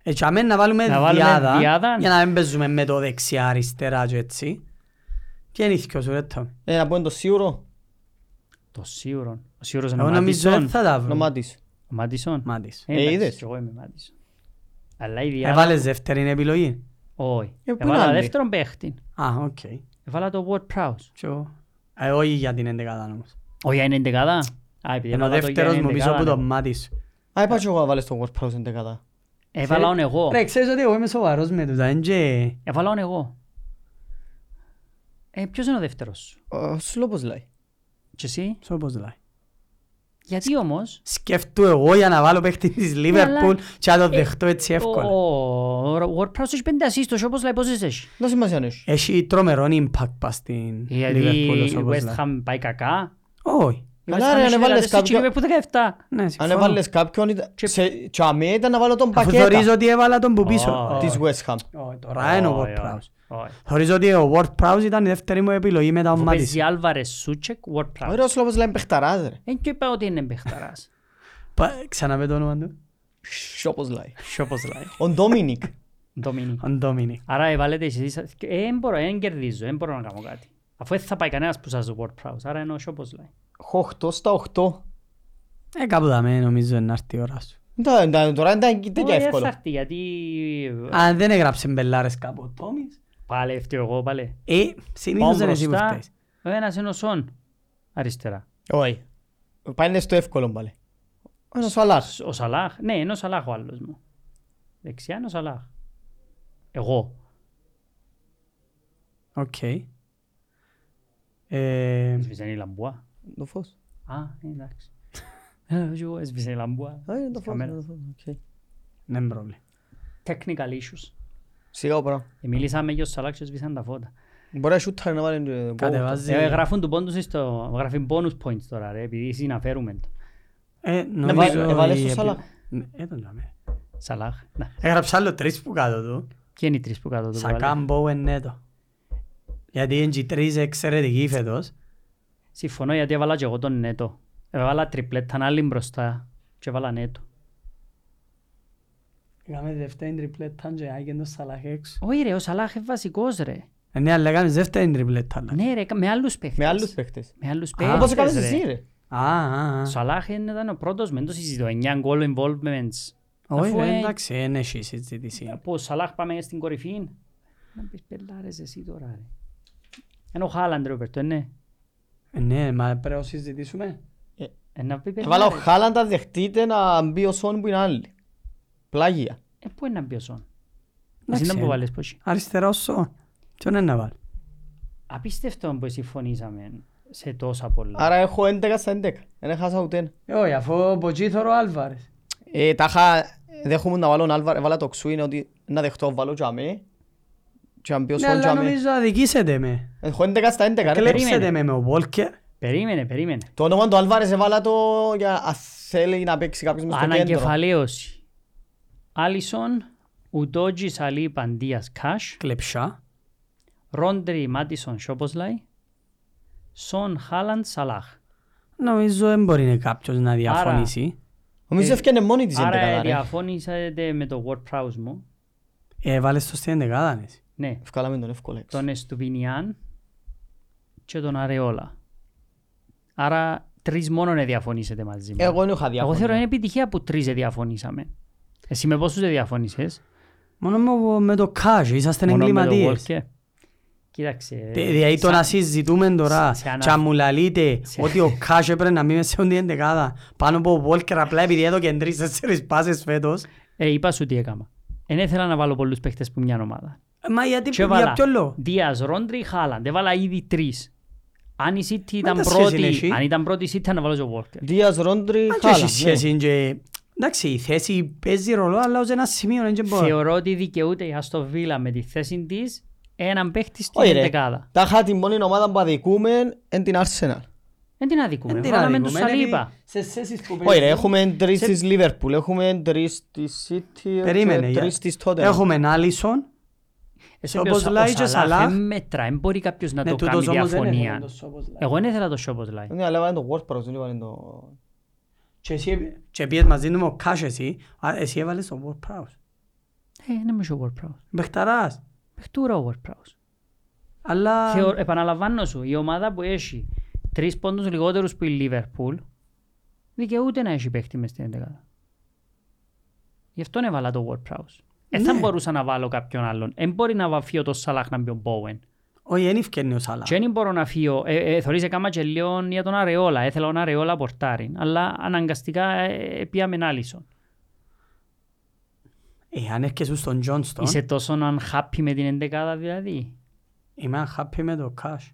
B: Έτσι, αμέ Ε, να βάλουμε
A: Να βάλουμε
B: διάδα,
A: διάδα.
B: για να μην παίζουμε με το δεξιά αριστερά και έτσι. Ποια είναι η θκυο σου, ρε Τόμι.
C: Ε, να πούμε το σίγουρο.
A: το σίγουρο. Ο σίγουρος είναι
B: Εγώ
A: ο
B: νομίζω
A: Μάντισον.
B: δεν θα τα βρω.
C: Νομάτης.
A: Ο Μάντισον.
B: Μάντης.
A: Ε, εντάξει,
C: είδες.
A: κι εγώ είμαι Μάντισον. Αλλά η διάδα...
B: Έβαλες Ε, δεύτερη επιλογή.
A: Όχι.
C: Ε, πού
A: Έβαλα
C: είναι άλλη.
A: δεύτερον παίχτη.
B: Α, οκ.
A: Έβαλα το Ward Prowse.
B: Και εγώ- Ε, Όχι για την εντεκάδα όμως.
A: Όχι, είναι εντεκάδα. Α, επειδή
B: Ενώ ο
A: έβαλα το για
B: δεύτερος μου πίσω
A: εντεκάδα,
B: από τον
A: ναι.
B: Μάτις.
C: Α, είπα και εγώ να βάλεις τον Word Prowse εντεκατά.
A: Έβαλα ον εγώ.
B: Ε, Ρε, ξέρεις ότι εγώ είμαι σοβαρός με τούτα, εν και...
A: Έβαλα ον εγώ. Ε, ποιος είναι ο δεύτερος σου?
C: Ο Σλόπος λέει.
A: Και εσύ?
B: Σω πώς λέει.
A: Γιατί όμως...
B: Σκέφτου εγώ για να βάλω παίχτη της Λίβερπουλ
A: Ναι, αλλά- ε,
B: και να το δεχτώ έτσι
A: Ο,
B: εύκολα.
A: ο, ο WordPress έχει πέντε ασίστος όπως λέει πόσες έχει.
C: Να σημασία έχει.
B: Έχει τρομερό impact πας στην
A: Γιατί
B: Λίβερπουλ
A: η West Ham πάει κακά.
B: Όχι.
A: Η
C: Καλά,
A: West Ham
C: ρε,
A: έχει δηλαδή
C: αν έβαλες
A: δεκατέσσερις και η
C: κάποιο-
A: Liverpool 17.
B: Ναι,
C: Αν
B: συμφωνώ.
C: έβαλες κάποιον, ήταν- σε- τσαμί ήταν να βάλω τον
B: Αφού
C: πακέτα
B: θεωρίζω ότι έβαλα τον που πίσω.
A: Ω,
C: της West Ham.
B: Όχι, Τώρα είναι ο
A: Όχι,
B: Ward Prowse.
A: όχι, όχι.
B: Θεωρίζω ότι ο Ward Prowse ήταν η δεύτερη μου επιλογή μετά ο
A: Αφού
B: Μάτις.
A: Παίζει Άλβαρες, Σούτσεκ, WordPress.
C: Ωραίος λόγος λέμε παιχταράς ρε.
A: Εν Ε, και είπα ότι είναι μπαιχταράς.
B: Πα- Ξαναπέ το όνομα του.
C: Σ, Όπως λέει.
A: Σ' όπως λέει.
C: Ο Ντόμινικ.
A: Ντομίνι.
B: Ο Ντόμινικ.
A: Άρα βάλετε εσείς. Ε, Δεν μπορώ, δεν κερδίζω, δεν μπορώ να κάνω κάτι. Αφού δεν θα πάει κανένας που σας WordPress. Άρα εννοώ σ' όπως λέει.
C: Έχω 8 στα 8.
B: Ε, κάπου δαμέ νομίζω να έρθει η ώρα σου.
C: Τα- τα- Τώρα ήταν τέτοια
A: Όχι, δεν θα
C: εύκολο.
A: έρθει γιατί...
B: Αν δεν έγραψε μπελάρες κάπου ο Τόμις,
A: Πάλε, έφταιο εγώ, πάλε.
B: ε, συνήθως είναι
A: Πάω
B: εσύ που
A: μπροστά,
B: φταίεις.
A: Ο ένας είναι ο Σον. Αριστερά.
C: Όχι. Πάνε στο εύκολο πάλι. Ένα σαλάρ.
A: Ο Σαλάχ. Ναι, είναι ο Σαλάχ ο άλλος μου. Δεξιά είναι ο Σαλάχ. Εγώ.
B: Οκ. Ε,
A: Έσβησε η λαμπουά.
C: Το φως.
A: Α, εντάξει. Ε, όχι εγώ, Έσβησε η λαμπουά.
C: Α, είναι το φως.
A: Καμένα.
C: είναι Ε, το φως, οκ.
B: ναι πρόβλημα.
A: Technical issues.
C: Σιγά πράγμα.
A: Ε, Μιλήσαμε για ο Σαλάχ και έσβησαν τα φώτα.
C: Μπορεί να σούταρε να βάλει... ε, goal.
B: Κατεβάζει.
A: Ε, γράφουν του πόντους στο... Γράφει bonus points τώρα, ρε, επειδή συναφέρουμε το.
B: Ε,
C: βάλε-
B: νομίζω
C: έβαλες
B: η επι-
C: το Σαλάχ.
B: Ναι, ε, τον δαμέ.
A: Σαλάχ. Να.
B: Έγραψα άλλο τρεις που κάτω του.
A: Ποιοι είναι οι τρεις που κάτω του βάλε.
B: Σακάν, Μπόουεν, Νέτο. Γιατί είναι και οι τρεις εξαιρετικοί φέτος.
A: Συμφωνώ γιατί έβαλα και εγώ τον νέτο. Έβαλα τριπλέτα, άλλη μπροστά και έβαλα νέτο.
B: Είχαμε δεύτερη τριπλέτα και άγγεν το Σαλάχ έξω.
A: Όχι ρε, ο Σαλάχ είναι βασικός ρε.
B: Ε, Ναι, αλλά έκαμε δεύτερη τριπλέτα. αλλά.
A: Ναι ρε, με άλλους παίχτες.
C: Με άλλους παίχτες.
A: Με άλλους
C: Όπως έκανες
A: παίχτες
C: εσύ
A: ρε.
C: ρε.
B: Α, α, α.
A: Ο Σαλάχ είναι- ήταν ο πρώτος με το συζητώ. 9 goal involvements.
B: Όχι,
A: Αφού,
B: ρε,
A: ε,
B: εντάξει, δεν έχει συζήτηση.
A: Από Σαλάχ πάμε στην κορυφή. Να πεις πελάρες εσύ τώρα ρε. Είναι ο Χάλαντ ρε, ο Περτό, ναι.
B: Ε, Ναι, μα πρέπει να συζητήσουμε.
A: Ε, να πει
C: Έβαλα ο
A: πελάρες.
C: Χάλαντα δεχτείτε να μπει ο Σον που είναι άλλη. Πλάγια.
A: Ε, πού είναι να μπει ο Σον. Εσύ
B: Εντάξει,
A: ήταν που
B: ε.
A: βάλες πόσοι.
B: Αριστερά όσο. Ποιον είναι να βάλει.
A: Απίστευτο που συμφωνήσαμε σε τόσα πολλά.
C: Άρα έχω 11 στα 11. Δεν έχασα ούτε ένα.
B: Ε, Όχι, αφού ποτσίθωρο Άλβαρες.
C: Ε, τα είχα... Δέχομαι να βάλω τον Άλβαρ. Έβαλα το ξού είναι ότι να δεχτώ βάλω τζαμί. Και αν μπει ο
B: Ναι,
C: Σον
B: αλλά
C: τζαμί.
B: νομίζω αδικήσετε με.
C: Έχω 11 στα 11. ρε.
B: Κλέψετε με με ο Βόλκερ.
A: Περίμενε, περίμενε.
C: Το όνομα του Άλβαρες έβαλα το για να θέλει να παίξει κάποιος μες στο κέντρο.
A: Ανακεφαλαίωση. Άλισον, Ουτότζι, Σαλή, Παντίας, Κάσ,
B: Κλεψά.
A: Ρόντρι, Μάτισον, Σόποσλαϊ, Σον, Χάλαντ, Σαλάχ.
B: Νομίζω δεν μπορεί να κάποιος να διαφωνήσει.
C: Νομίζω έφτιανε μόνη της 11
A: Ε, Άρα
C: ρε.
A: διαφώνησατε με το WordPress μου.
B: Ε, βάλες το στην δεκάδα εσύ.
A: Ναι,
C: Ευκάλαμε τον εύκολα έξω.
A: τον Εστουβινιάν και τον Αρεόλα. Άρα τρεις μόνο να διαφωνήσετε μαζί μου.
C: Εγώ δεν είχα
A: Εγώ
C: διαφωνία.
A: θεωρώ είναι επιτυχία που τρεις δεν διαφωνήσαμε. Εσύ με πόσους δεν διαφώνησες.
B: Μόνο με- με το cash, είσαστε
A: Μόνο με το
B: εγκληματίες.
A: Walker. Κοίταξε.
B: Τε- Δηλαδή το να συζητούμε τώρα
A: σε ανα-
B: και αν μου λαλείτε
A: σε-
B: ότι ο Κάσο έπρεπε να μείνει σε όντι εντεκάδα πάνω από ο Βόλκερ απλά επειδή έδωκε τρεις τέσσερις πάσες φέτος.
A: Ε, είπα σου τι έκαμα. Δεν ήθελα να βάλω πολλούς παίχτες που μια ομάδα.
B: Ε, Μα γιατί,
A: Και
B: για
A: έβαλα
B: ποιο λόγο.
A: Δίας, Ρόντρι, Χάλαντ. Έβαλα ήδη τρεις. Αν η City ήταν
B: τα σχέση είναι
A: πρώτη,
B: εσύ.
A: αν ήταν πρώτη η City θα να βάλω και ο Walker.
C: Δίας, Ρόντρι, ναι.
B: Αν και
C: Χάλα.
B: έχει σχέση και... Εντάξει, η θέση παίζει ρολό, αλλά ως ένα σημείο δεν και μπορεί.
A: Θεωρώ ότι δικαιούται η Αστο Βίλα με τη θέση της έναν παίχτη
C: Όχι
A: στην
C: ρε.
A: δεκάδα.
C: Τα είχα τη μόνη ομάδα που αδικούμε εν την Arsenal.
A: Δεν την αδικούμε.
B: Δεν την
A: Βάλαμε
B: αδικούμε,
A: τους
B: επειδή
A: Σαλίπα.
B: σε θέσεις που
C: Όχι ρε,
B: παίζει-
C: έχουμε τρεις της Liverpool, έχουμε τρεις της
A: ε,
C: City,
B: Περίμενε,
C: και
B: για-
C: τρεις της Tottenham.
B: Έχουμε έναν Άλισον,
A: Εσύ
B: όπως
A: ο
B: λέει και ο Σαλάχ.
A: Σαλάχ δεν μέτρα. Δεν μπορεί κάποιος να
B: ναι,
A: το κάνει
B: τούτος όμως δεν είναι
A: διαφωνία.
B: το σώπος, δηλαδή.
A: Εγώ δεν ήθελα το Σόπος Λάι.
C: Ναι, αλλά έβαλε το WordPress, δεν έβαλε το...
B: Και εσύ- Και πιες μαζί του με ο Κάσο εσύ, α, εσύ έβαλες τον Wolf Prowse.
A: Ε, δεν είμαι ο WordPress.
B: Μπεχταράς.
A: Πεχτούρα ο WordPress.
B: Αλλά...
A: Θεω- επαναλαμβάνω σου, η ομάδα που έχει τρεις πόντους λιγότερους που η Λίβερπουλ δικαιούται να έχει παίχτη μες στην 11. Γι' αυτόν έβαλα το Ward Prowse. Δεν θα
B: Ναι.
A: μπορούσα να βάλω κάποιον άλλον. Δεν μπορεί να βαφείω το Σαλάχ να μπει ο Bowen.
B: Όχι, δεν ευκαιρνεί ο Σαλάχ.
A: Και δεν μπορώ να φύγω. Ε, ε, θωρείς έκαμα και λίγο για τον Αρεόλα. Έθελα τον Αρεόλα πορτάριν. Αλλά αναγκαστικά ε, ε, πήγαμε Άλισον.
B: Ε, αν έρχεσαι στον Τζόνστον,
A: Είσαι τόσο unhappy με την 11 δηλαδή.
B: είμαι unhappy με το Cash.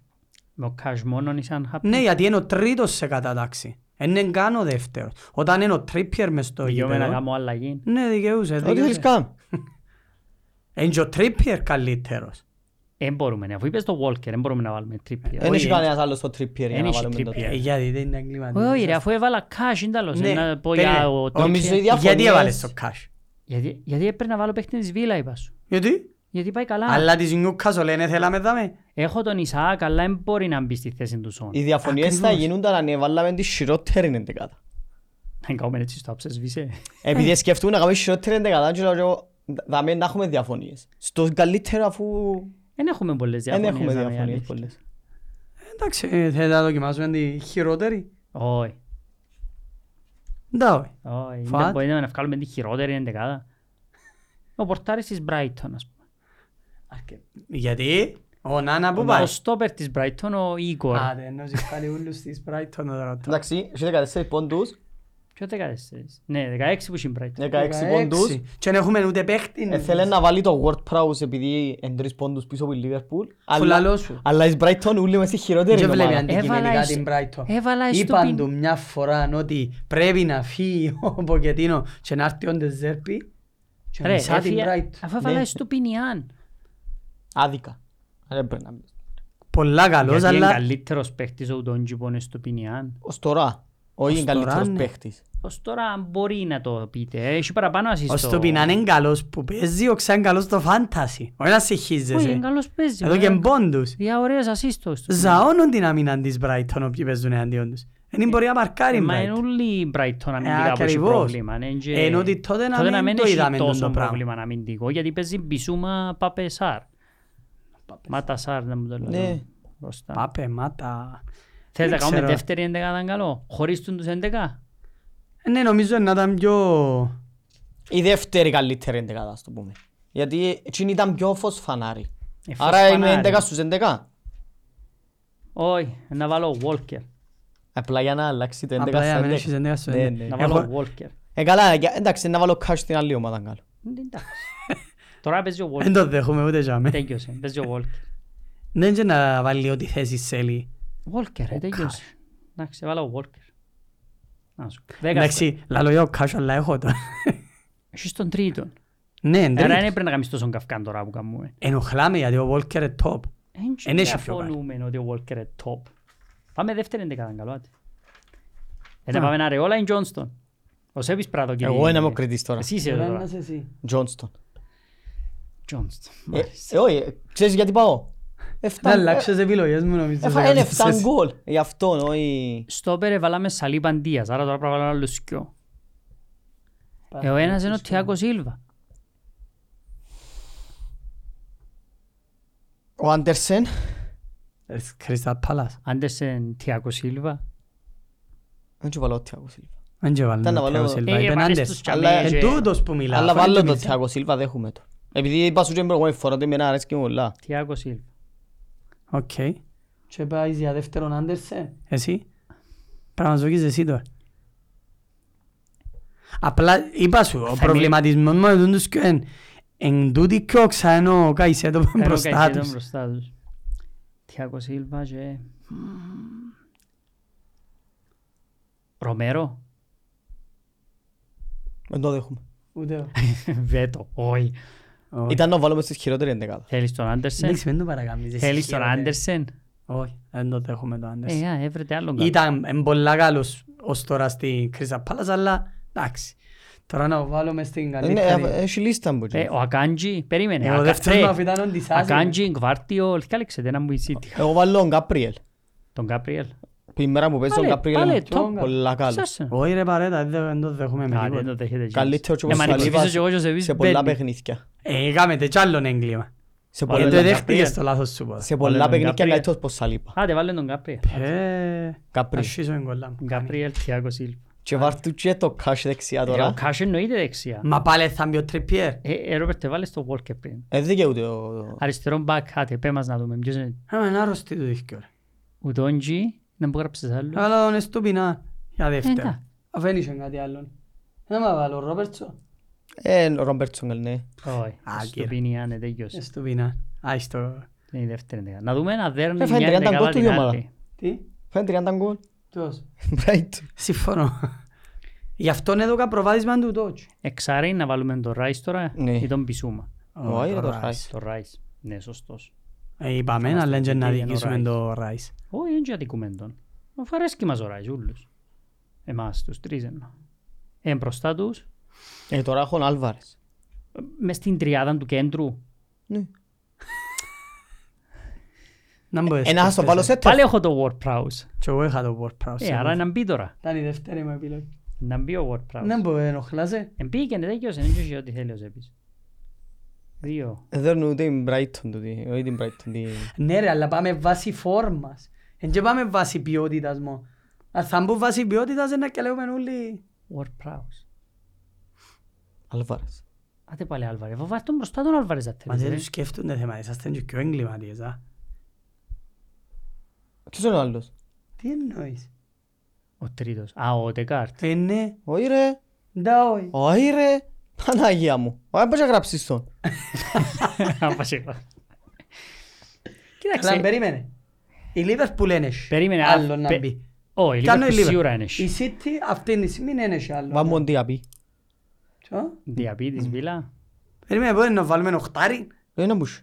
A: Με ο Cash μόνον είσαι unhappy.
B: Ναι, γιατί είναι ο τρίτος σε κατάταξη. Είναι καν ο δεύτερος. Όταν είναι ο Τρίπιερ μες στο
A: Δικαιούμαι να
B: γήπεδο.
A: κάνω αλλαγή.
B: Ναι, δικαιούσε.
C: Ό,τι
B: δικαιούσε.
C: θέλεις καν.
B: Είναι και ο Τρίπιερ καλύτερος.
A: Δεν μπορούμε, ναι. αφού είπες το Walker, δεν μπορούμε να βάλουμε Trippier.
C: Δεν έχει
B: ε.
C: κανένας άλλος το Trippier για
A: Εν
C: να
A: έχει
C: βάλουμε το
A: Trippier.
B: Ε, Γιατί δεν είναι εγκληματικός.
A: Όχι ρε, ε, αφού έβαλα cash, είναι τέλος.
B: Ναι,
A: Να πω
B: περίμενε.
A: για ο
C: Νομίζω
A: Trippier.
C: η διαφωνία-
B: Γιατί έβαλες το cash.
A: Γιατί- Γιατί έπρεπε να βάλω παίχτη της Villa, είπα σου.
B: Γιατί.
A: Γιατί πάει καλά.
B: Αλλά της Newcastle λένε θέλαμε δάμε.
A: Έχω τον Ισαάκ, αλλά δεν μπορεί να μπει στη θέση του Σον.
C: Οι διαφωνίες θα
B: Ακριβώς.
C: γίνονταν αν έβαλαμε τη χειρότερη ενδεκάδα.
A: Να κάνουμε έτσι στο άψες σβήσε.
C: Επειδή σκεφτούμε να κάνουμε χειρότερη ενδεκάδα και λέω εγώ, δάμε να έχουμε διαφωνίες. Στο καλύτερο αφού
A: Δεν έχουμε πολλές
C: δεν
A: διαφωνίες.
C: έχουμε
A: να είμαι
C: διαφωνίες
A: αλήθεια.
C: πολλές.
B: Εντάξει, ε, θέλετε να δοκιμάσουμε τη χειρότερη.
A: Όχι.
B: Ντάουε.
A: Όχι.
B: Φατ.
A: Δεν μπορούμε να βγάλουμε τη χειρότερη εντεκάδα. Ο πορτάρης της Brighton, ας πούμε.
B: Γιατί. Ο Νάνα που πάει.
A: Ο στόπερ της Brighton, ο Ίγκορ.
B: Άντε, εννοείς πάλι ούλους της Brighton τώρα.
C: Εντάξει, είχε 14 πόντους,
A: Ποιο 14. Ναι, 16 που είχε η Brighton.
C: 16 πόντους.
B: Και δεν έχουμε ούτε παίχτη.
C: Ε, Θέλει να βάλει το World Prowse επειδή είναι τρεις πόντους πίσω από η Liverpool. Αλλά,
B: λαλό σου.
C: αλλά η Brighton ούλοι είμαστε χειρότερη
B: Δεν βλέπει
C: ομάδα.
A: Έβαλα
B: αντικειμενικά
A: εις-
B: την Brighton.
A: έβαλα εις το
B: Είπαν
A: πιν-
B: του μια φορά ότι πρέπει να φύγει ο Ποκετίνο και να έρθει ο Ντεζέρπη και
A: Ρε,
B: μισά την
A: έφυγε-
B: Brighton.
A: αφού
C: Ναι.
A: έβαλα στο ποινιάν.
C: Άδικα. Δεν πρέπει να μπει.
B: Πολλά καλός,
A: Γιατί είναι
B: αλλά
A: καλύτερος παίχτης ο Ντόντζι που είναι στο ποινιάν.
C: Ως τώρα. Όχι είναι
B: τώρα,
C: καλύτερος
B: ναι.
C: παίχτης.
A: Ως τώρα μπορεί να το πείτε. ε, Έχει παραπάνω ασύστο.
B: ο Στοπινάν είναι καλός που παίζει, ο Ξαν καλός στο φάνταση. Όχι να
A: Όχι, είναι
B: συγχύζεσαι.
A: καλός παίζει.
B: ε. Εδώ και
A: μωρέ.
B: μπόντους.
A: Δια ωραίες ασύστος.
B: Ζαώνουν την άμυνα της Brighton όποιοι παίζουν εναντίον τους. Δεν μπορεί να μαρκάρει η
A: Ε, Μα είναι
B: Brighton.
A: όλοι οι Brighton αμυντικά που έχει
B: Ε, ακριβώς.
A: πρόβλημα. ναι, και-
B: Ενώ ότι τότε να μην
A: μην
B: το
A: έχει
B: είδαμε
A: τόσο
B: τούτο πράγμα.
A: πρόβλημα αμυντικό, γιατί παίζει Μπισούμα Παπεσάρ. Ματασάρ να μου το λέω.
C: Ναι.
A: Μπροστά.
B: Πάπε, μάτα.
A: Θέλεις να
B: δεν
A: κάνουμε
B: ξέρω.
A: δεύτερη εντεκάδα καλό, χωρίς τον τους εντεκά.
B: Ε, Ναι, νομίζω να ήταν πιο...
C: Η δεύτερη καλύτερη εντεκάδα, ας το πούμε. Γιατί εκείνη ήταν πιο φωσφανάρη.
A: Ε,
B: Ε,
C: Άρα είναι 11 στους 11.
A: Όχι, να βάλω Walker.
C: Απλά για να αλλάξει το 11
B: Απλά για να μην
C: στα
B: έχεις
C: 11.
B: 11 στο
C: Ναι,
B: 11.
C: ναι.
A: Να
B: Έχω-
A: βάλω Walker.
C: Ε, καλά, για- εντάξει, να βάλω cash στην άλλη ομάδα καλό.
A: Ε, εντάξει. Τώρα παίζει ο Walker.
B: Δεν το δέχομαι ούτε για μένα.
A: Τέλειωσε, παίζει ο Walker.
B: Δεν είναι να βάλει ό,τι θέση θέλει.
A: Walker, ε, τέλειωσε. Εντάξει, βάλω Walker. Να σου. Δέκατο.
B: Εντάξει, λαλό για ο Κάσο, αλλά έχω το.
A: Έχεις τον τρίτον.
B: Ναι,
A: Άρα δεν
B: εντάξει.
A: έπρεπε να κάνεις τόσο καυκάν τώρα που κάνουμε.
B: Ενοχλάμε γιατί ο Βόλκερ είναι top.
A: Δεν
B: Εν έχει πιο
A: διαφωνούμε ότι ο Walker είναι top. Πάμε δεύτερη εντεκάδα, καλό άτε. Ένα πάμε να ρεόλα είναι Johnston. Ο Σέβης Πράτο
B: Ε,
A: κύριε.
C: Εγώ είμαι ο κριτής τώρα.
A: Εσύ είσαι τώρα.
C: Johnston.
A: Johnston.
C: Ε, ε, όχι, ε, ξέρεις γιατί πάω.
B: Θα
C: Εφτά- ε,
B: αλλάξεις επιλογές μου νομίζω.
C: Έφα- Είναι 7 γκολ. Γι' αυτόν, όχι.
A: Στο πέρε βάλαμε Σαλή Παντίας, άρα τώρα πρέπει να βάλω άλλους δυο. Ε, Ο ένας είναι ο Τιάκο Σίλβα.
C: Ο Άντερσεν.
B: Κρίστα Πάλας.
A: Άντερσεν Τιάκο Σίλβα.
C: Δεν του βάλω ο Thiago Silva.
B: Δεν και
C: Ήταν να
B: βάλουμε ο
C: βάλω-
B: Τιάκο Σίλβα.
A: Ε,
B: Είπε
A: βάλες
B: Άντερς.
A: τους
C: Αλλά
A: τσαμί,
B: Εν
A: και-
B: τούτος που μιλάω.
C: Αλλά
B: φορείτε
C: βάλω τον
B: μισή.
C: Thiago Silva, δέχομαι το. Επειδή είπα σου και την προηγούμενη φορά ότι εμένα αρέσκει μου πολλά.
A: Τιάκο Σίλβα.
B: Οκ. Και πάει για δεύτερον Άντερσεν. Εσύ. Πράγμα ζωγείς εσύ τώρα. Απλά είπα σου, ο
A: Θα
B: προβληματισμός μου είναι τους και εν τούτη και ο ξανά ο Καϊσέτο
A: Ε,
B: μπροστά
A: Καϊσέδο
B: τους.
A: μπροστά τους. Τιάκο Σίλβα και... Ρομέρο.
C: Δεν το δέχομαι.
A: Βέτο. Όχι.
B: Όχι.
C: Ήταν να βάλουμε στις χειρότερη εντεκάδα.
A: Θέλεις τον Άντερσεν.
B: Εντάξει, δεν το παρακάμνεις. εσύ
A: Θέλεις τον
B: χαίρετε.
A: Άντερσεν.
B: Όχι, δεν το δέχομαι το Άντερσεν.
A: Ε, α, έβρετε άλλον καλό.
B: Ήταν εν πολλά καλός ως τώρα στην Κρίζα Πάλας, αλλά εντάξει. Τώρα να το βάλω μες στην
C: Είναι- ε,
B: καλύτερη.
C: Έχει λίστα μου.
A: Ε, ο Ακάντζι, περίμενε.
B: Ε,
A: Ακα-
B: Ο δεύτερος
A: ρε,
B: μου αφιτάνον της Άσης.
A: Ακάντζι, Γκβάρτιο, διάλεξε ένα μου η City.
C: Εγώ βάλω τον Γκάπριελ.
A: Τον Καπριέλ.
C: Που η μέρα που παίζει τον
A: Πάλε,
C: Γκάπριελ
A: πάλε,
C: είναι
A: τον-
C: πολλά καλός.
A: Σας.
B: Όχι ρε παρέτα, δεν- δεν το δέχομαι με
A: Α, δεν
B: τίποτα.
A: το δέχεται. James.
C: λοιπόν. Καλύτερο και
A: Ναι,
C: όπως
A: μα
C: ο
A: ανυποφύσω
C: Σαλίβας
A: και εγώ και ο Σεβίς
C: σε πολλά
A: μπαίνει.
C: παιχνίδια.
B: Ε, Έκαμε κι άλλον έγκλημα.
C: Σε
B: Ε,
C: πολλά
B: το
C: παιχνίδια.
B: δέχτηκες το λάθος σου πόδα.
C: Σε πολλά
A: Βάλε τον
C: παιχνίδια
A: Γκάπριελ.
C: καλύτερος πως Σαλίπα.
A: Άντε, βάλε τον Καπριέλ.
B: Ε,
C: Καπρί.
B: ασχίζω την κολλά μου.
A: Τον Καπριέλ, Τιάκο Σίλβα.
C: Και βάρτου και το κάσι δεξιά
A: Ε, Ο
C: τώρα.
A: Κάσ εννοείται δεξιά.
B: Μα πάλι θα μπει ο Τρίπιερ.
A: Ε, ε, Ρόπερτε, βάλε στο Walker πριν.
C: Ε, Δεν δικαιούται ο...
A: Αριστερό μπακ, άντε, πέ μας να δούμε. Ποιος είναι
B: Άμα είναι άρρωστη του δίχτυο. ρε.
A: ο Ντόντζι, να μου γράψεις άλλο.
B: Αλλά τον εστουπινά για δεύτερο.
A: εντάξει.
B: Αφένει και κάτι άλλο. Να μα βάλω ο Ρόπερτσο.
C: Ε, ο Ρόμπερτσον, ναι.
A: Όχι,
B: Α,
A: στο
B: κύριε.
A: ποινιάν, ε, τέλειωσε.
B: Εστουπινά. Άι το...
A: Είναι η δεύτερη δεκάδα. Να δούμε να δέρνει
C: Ε, φαίνεται,
A: μια
C: ήταν
A: δεκάδα
C: γκολ του
A: την
C: η ομάδα.
A: άλλη.
B: Τι.
C: Φαίνεται 30 γκολ.
B: Ποιος.
C: Brighton.
B: Συμφωνώ. Γι' αυτόν έδωκα προβάδισμα του Ντότζ.
A: Εξάρει Ε, να βάλουμε τον Ράις τώρα
C: Ναι.
A: ή τον Μπισούμα.
C: Όχι, ρε, το Rice.
A: Το Ράις. Ναι, σωστός.
B: Ε, Είπαμε, αλλά δεν να
A: τι είναι ο
B: δικήσουμε
A: Rice.
B: το Ράις.
A: Όχι, δεν και αδικούμε τον. Μα φαρέσκει μας ο Ράις ούλους. Εμάς τους τρεις εννοώ. Εν μπροστά τους,
C: Ε, τώρα έχω τον Άλβαρες.
A: μες στην τριάδα του κέντρου.
C: Ναι.
B: Να μπορείς.
C: Ένα στο βάλω σε
A: Πάλι έχω το Ward Prowse.
B: Και εγώ είχα το word proud.
A: Ε, άρα να μπει τώρα.
B: Ήταν η δεύτερη μου επιλογή.
A: Να μπει ο Ward
B: Δεν
A: Prowse.
B: μπορεί, ενοχλάσαι.
A: Εμπήκε, δεν τέλειωσε, δεν είχε ό,τι θέλει ο Ζέπης. Δύο.
C: Δεν είναι ούτε την Brighton τούτη, όχι την Brighton. την-
B: Ναι ρε, αλλά πάμε βάση φόρμας. Εν και πάμε βάση ποιότητας μόνο. Αν θα μπουν βάση ποιότητας, είναι και λέμε όλοι...
A: Ward Prowse.
C: Άλβαρες.
A: Άντε πάλι Άλβαρες. Βοβάρ τον μπροστά τον Άλβαρες θα
B: Μα δεν
A: ρε.
B: τους σκέφτονται θέμα, είσαστε και πιο εγκληματίες, α.
C: Ποιος είναι ο άλλος.
B: Τι εννοείς.
A: Ο τρίτος. Α, ο Ντεκάρτ.
B: Ε, ναι.
C: Όχι ρε.
B: Ντα, όχι.
C: Όχι ρε. Παναγία μου. Όχι πώς να γράψεις τον.
B: Αλλά
A: Κοίταξε.
B: περίμενε. Η Liverpool ένεχε.
A: Περίμενε,
B: Άλλο
A: α,
B: να
A: πε-
B: μπει.
A: Όχι,
B: Κι άλλο
A: λίγο
B: η Liverpool.
A: σίγουρα είναι.
B: Η City αυτήν τη στιγμή ένεχε άλλο.
C: Βάμε τον Diaby.
B: Τσο.
A: Διαπή της Βίλα.
B: Περίμενε, μπορεί να βάλουμε οχτάρι.
C: Δεν είναι Ε, ναι, μπούς.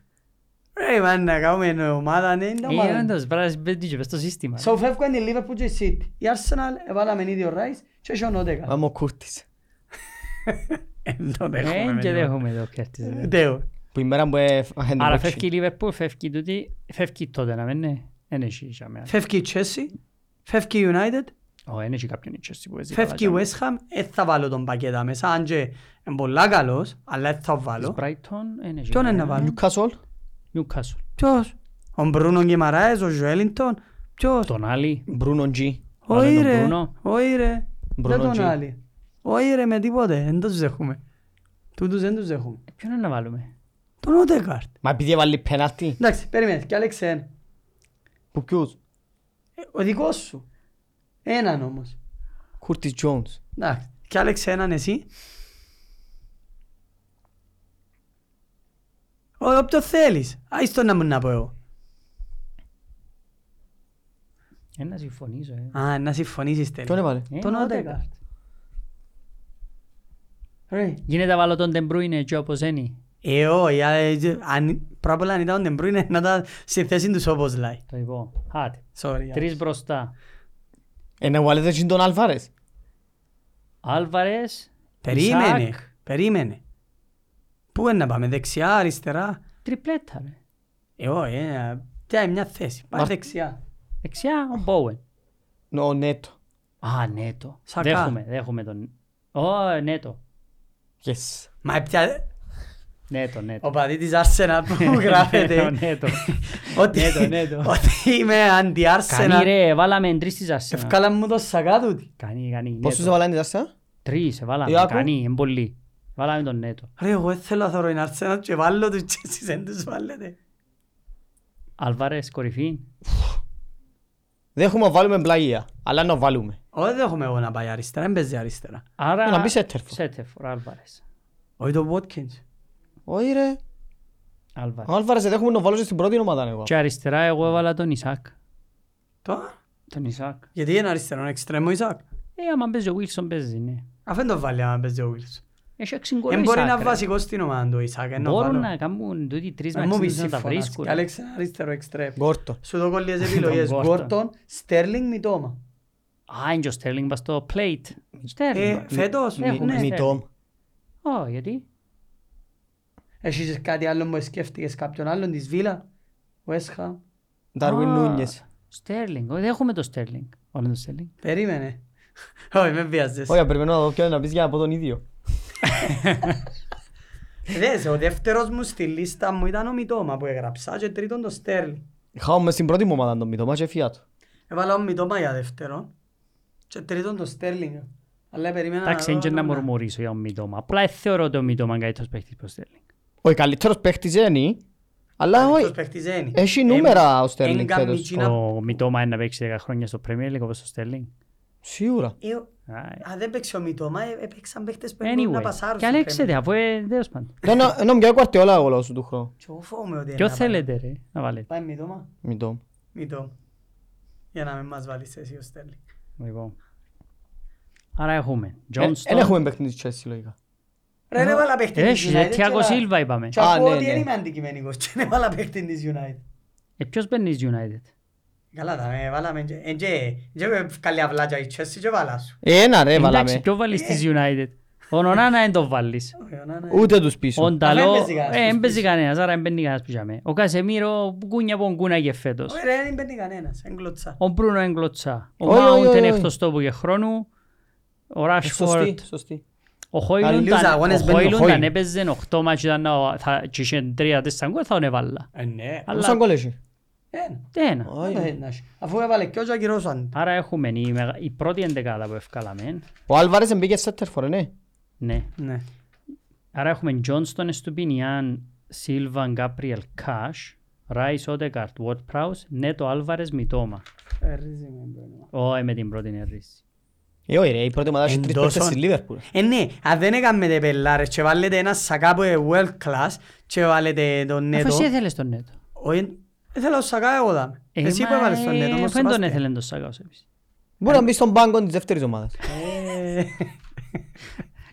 B: Ρε, μα να κάνουμε ομάδα, ναι, είναι ομάδα.
A: Είναι το σπράζει πέντε και πες το σύστημα.
B: So φεύγουν η Liverpool και η City. Η Arsenal έβαλαμε ήδη ο Rice και έχει ο Νότεκα.
C: Βάμε ο Κούρτις.
B: Εν το
A: Ε, και δεν έχουμε το
B: Ε,
A: κέρτις. ρε.
B: Τέο.
C: Που η μέρα που έφαγε
A: Άρα
C: τον
A: φεύγει
C: κότσι.
A: η Λίβερπουλ, φεύγει η τούτη, φεύγει τότε να μένει. Εν έχει για μένα.
B: Φεύγει η Chelsea, φεύγει η United,
A: Ω, εν έχει κάποιον η Chelsea που παίζει καλά
B: φεύγει η
A: για μένα.
B: West Ham. Ε, θα βάλω τον πακέτα μέσα, αν και είναι πολλά καλός, αλλά ε, θα
A: Της
B: βάλω.
A: Brighton, εν έχει
B: Ποιον είναι να
A: κανέναν.
B: βάλω.
C: Newcastle.
A: Newcastle.
B: Ποιος. Ο Μπρούνο Γκυμαράες, ο Joelinton. Ποιος.
A: Τον άλλη,
C: Bruno G.
A: Βάλε
B: Όχι
A: τον
B: ρε,
A: Μπρούνο.
B: όχι ρε.
C: Μπρούνο
B: Δεν τον
C: G.
B: άλλη. Όχι ρε με τίποτε, δεν τους δέχουμε. Τούτους δεν τους δέχουμε.
A: ποιον είναι να βάλουμε.
B: Τον Ότεκαρτ.
C: Μα επειδή έβαλε πέναλτι.
B: Εντάξει, περίμενε, κι άλλαξε ένα.
C: Που ποιος.
B: Ε, Ο δικός σου. Έναν όμως.
C: Κούρτις Τζόνς.
B: Εντάξει, κι άλλαξε έναν εσύ. Ο- Όποιο θέλεις. Άις τον να μου να πω εγώ.
A: Ε, να συμφωνήσω. ε.
B: Α, να συμφωνήσεις τέλει.
C: Ποιον έβαλε.
A: Ε,
B: Τον
A: ο
B: Ότεκαρτ. Ρε.
A: Γίνεται να βάλω τον De Bruyne και όπως είναι.
B: Ε, όχι, α, ε, ε, αν- πρώτα απ' όλα αν ήταν τον Μπρούινε να ήταν στη θέση τους όπως λέει.
A: Το είπω. Άτε.
B: Sorry.
A: Τρεις μπροστά.
C: Ένα βάλετε και τον Άλβαρες.
A: Άλβαρες,
B: Περίμενε,
A: Ισακ.
B: περίμενε. Πού είναι να πάμε, δεξιά, αριστερά.
A: Τριπλέτα ρε.
B: Ε, όχι, ε, πια είναι μια θέση. Πάει
C: Μα-
B: δεξιά.
A: Δεξιά ο Bowen.
C: Ο Νέτο.
A: Α, Νέτο.
B: Σακά.
A: Δέχομαι, δέχομαι τον. Ω, Νέτο.
C: Yes.
B: Μα πια
A: Νέτο, Νέτο.
B: ο πατή της Arsenal που
A: Ο
B: γράφεται
A: Νέτο.
B: ότι,
A: Νέτο, νέτο.
B: ότι είμαι
A: Κανεί
B: αντι-Arsenal.
A: ρε, βάλαμε τρεις της Arsenal.
B: Ευκάλα μου το σακά τούτη.
A: Κανεί, κανεί.
C: Πόσους
A: Νέτο.
C: έβαλαν την τάστα.
A: Τρεις,
C: Ε,
A: βάλαμε.
C: άκου.
A: Κανεί, εν πολλοί. Βάλαμε τον Νέτο.
B: Ρε, εγώ δεν θέλω να θωρώ την Arsenal και βάλω τους και εσείς δεν τους βάλετε.
A: Αλβάρες, κορυφή.
C: Δεν έχουμε να βάλουμε πλάγια. Αλλά να βάλουμε.
B: Όχι, δεν έχουμε εγώ να πάει αριστερά, δεν παίζει αριστερά.
A: Άρα...
C: Να μπεις Σέττερφορ.
A: Σέττερφορ, Αλβάρες.
B: Όχι το Watkins.
C: Όχι ρε. Ο
A: Αλβάρες.
C: Άλβαρες δεν έχουμε να βάλω και στην πρώτη ομάδα εγώ.
A: Και αριστερά εγώ έβαλα τον Ισακ.
B: Τώρα,
A: Τον Ισακ.
B: γιατί είναι αριστερό, είναι εξτρέμο Ισακ.
A: Ε, άμα παίζει ο Wilson παίζει, ναι.
B: Αφού δεν το βάλει άμα παίζει ο Wilson.
A: Έχει εξυγκολό
B: Δεν Ε, μπορεί
A: Ισακ,
B: να
A: ρε.
B: βασικό στην ομάδα ο Ισακ. εν να
A: Μπορούν
B: βάλω.
A: να κάνουν τούτοι τρεις
B: Να μου πεις
A: μαξίδες να τα
B: συμφωνάς.
A: βρίσκουν.
B: Κι άλλαξε ένα αριστερό εξτρέμ.
C: Γκόρτον.
B: Σου δω κολλίες επιλογές.
A: Τον Gordon.
B: Γκόρτον, Στέρλινγκ, Μιτόμα.
A: Α, είναι και ο Στέρλινγκ πας στο plate. Στέρλινγκ.
B: Ε, φέτος,
A: Ναι,
B: ναι.
A: ναι.
C: Μητόμ.
A: Ω, γιατί.
B: Έχεις κάτι άλλο που σκέφτηκες κάποιον άλλον της Βίλα. Βέσχα.
C: Νταρουίν
A: Α,
C: Νούνιες.
A: Στέρλινγκ. Όχι, δεν έχουμε το Στέρλινγκ. Όχι το Στέρλινγκ.
B: Περίμενε. Όχι, με βιάζεις.
C: Όχι, περιμένω να δω ποιον είναι να πεις για να πω τον ίδιο.
B: Δες, ο δεύτερος μου στη λίστα μου ήταν ο Μιτόμα που έγραψα και τρίτον το Στέρλινγκ.
C: Χάουμε στην πρώτη μου ομάδα τον Μητώμα και φιά του.
B: Έβαλα ο Μιτόμα για δεύτερο και τρίτον το Στέρλινγκ. Αλλά περίμενα να
A: Εντάξει,
B: δω
A: είναι και να
B: τον-
A: μουρμουρίσω για τον Μητώμα. Απλά δεν θεωρώ ότι ο Μητώμα είναι καλύτερος παίχτης από τον Στέρλινγκ.
C: Ο καλύτερος παίχτης είναι, αλλά
B: Καλύτερος
C: όχι.
B: παίκτης είναι.
C: Έχει
B: Εν-
C: νούμερα ο Στέρλινγκ
B: εν καμή
C: φέτος.
B: Κίνα-
A: Ο Μητώμα είναι να παίξει 10 χρόνια στο Premier League όπως ο Στέρλινγκ.
C: Σίγουρα.
B: Ε,
A: Α, ε.
B: Αν δεν παίξει ο Μητώμα, ε, έπαιξαν παίχτες που μπορούν να
A: Anyway,
B: πασάρουν.
A: και
B: στο
A: αλέξετε,
B: Premier League.
A: αφού ε, τέλος πάντων.
C: Ενώ- Ενώ μια κουαρτιόλα εγώ λαό σου του χρόνου.
B: Και εγώ φοβούμαι ότι...
A: Ποιο
B: είναι να πάει.
A: θέλετε ρε, να βάλετε.
B: Πάει Μητώμα.
C: Μητώμα.
B: Μητώμα. Για να μην μας βάλεις εσύ ο Στέρλινγκ.
A: Λοιπόν. Άρα έχουμε.
C: Ε,
A: Johnston.
C: Δεν έχουμε παιχνίδι της Chelsea λογικά.
B: Ρε, δεν έβαλα παίχτη της
A: Έχει, ρε,
B: United
A: Ε, Thiago
B: και τα-
A: Silva είπαμε.
B: Και
C: Α,
B: ακούω
C: ναι,
B: ότι
C: ναι.
B: δεν είμαι αντικειμενικός και δεν έβαλα παίχτη της United.
A: Ε, ποιος μπαίνει στη United.
B: Ε, Καλά τα με, βάλαμε και... Εν και- και καλή αυλάκια η Chelsea και βάλα σου.
C: Ε, Ένα ρε,
A: Εντάξει,
C: βάλαμε.
A: ποιο
B: Ε.
A: βάλεις της United. Ο Νονάνα δεν το βάλεις.
B: Ωραία, να- να-
C: Ούτε τους πίσω.
A: Ο Νταλό,
B: παίζει κανένας
A: ε,
B: πίσω.
A: δεν παίζει κανένας, άρα δεν μπαίνει κανένας πίσω. Ο Κασεμίρο, κούνια πογκούνα και φέτος.
B: Ωραία, ρε, δεν μπαίνει κανένας, εγκλωτσά.
A: Ο Μπρούνο εγκλωτσά. Ο
C: Όχι, όχι,
A: Μάουντ
C: όχι,
A: είναι
C: όχι.
A: εκτός τόπου και χρόνου. Ο Ράσφορτ.
C: Ε, Σωστή, σωστή.
A: Ο
B: Αλλιώς
A: Χόιλουντ
B: αγώνες
A: αν- ο
B: μπαίνει ο
A: Χόιλουντ αν
B: Χόιλουντ.
A: έπαιζε 8 μάτσες ήταν να- θα- και είχε 3-4 γκολ θα τον έβαλα.
B: Ε, ναι.
A: Αλλά
C: Πόσα γκολ έχει.
B: Ένα.
A: ένα.
C: Όχι.
B: Ένα, ένα. Αφού έβαλε και όσα ακυρώσαν.
A: Άρα έχουμε η, μεγα- η πρώτη εντεκάδα που ευκάλαμε.
C: Ο Άλβαρες μπήκε σέτερφορ, ναι.
A: Ναι.
B: Ναι.
A: Άρα έχουμε Johnston, Στουπινιάν, Σίλβαν, Γκάπριελ, Κάσ, Ράις, Ότεκαρτ, Βότ Πράους, Νέτο, Άλβαρες, Μιτόμα.
B: Ε, ρίζι με πρόβλημα.
A: Όχι με την πρώτη νερίση.
C: Ε, όχι ρε, η πρώτη ομάδα έχει τρεις
B: Εντός
C: παίκτες
B: ον.
C: της Λίβερπουλ.
B: Ε, ναι, αν δεν έκαμε πελάρες και βάλετε ένα σακά που είναι e world class και βάλετε τον
A: Αφού
B: νέτο.
A: εσύ ήθελες τον Νέτο.
B: Όχι, ε, θέλω σακά εγώ δάμε.
A: Ε,
B: Εσύ που
A: μα,
B: έβαλες τον
A: ε,
B: νέτο, όμως
A: Πού τον
B: Σεβάστιαν.
A: έθελε τον Σάκαος εμείς.
C: Μπορεί να μπει στον πάγκο της δεύτερης ομάδας.
B: Ε,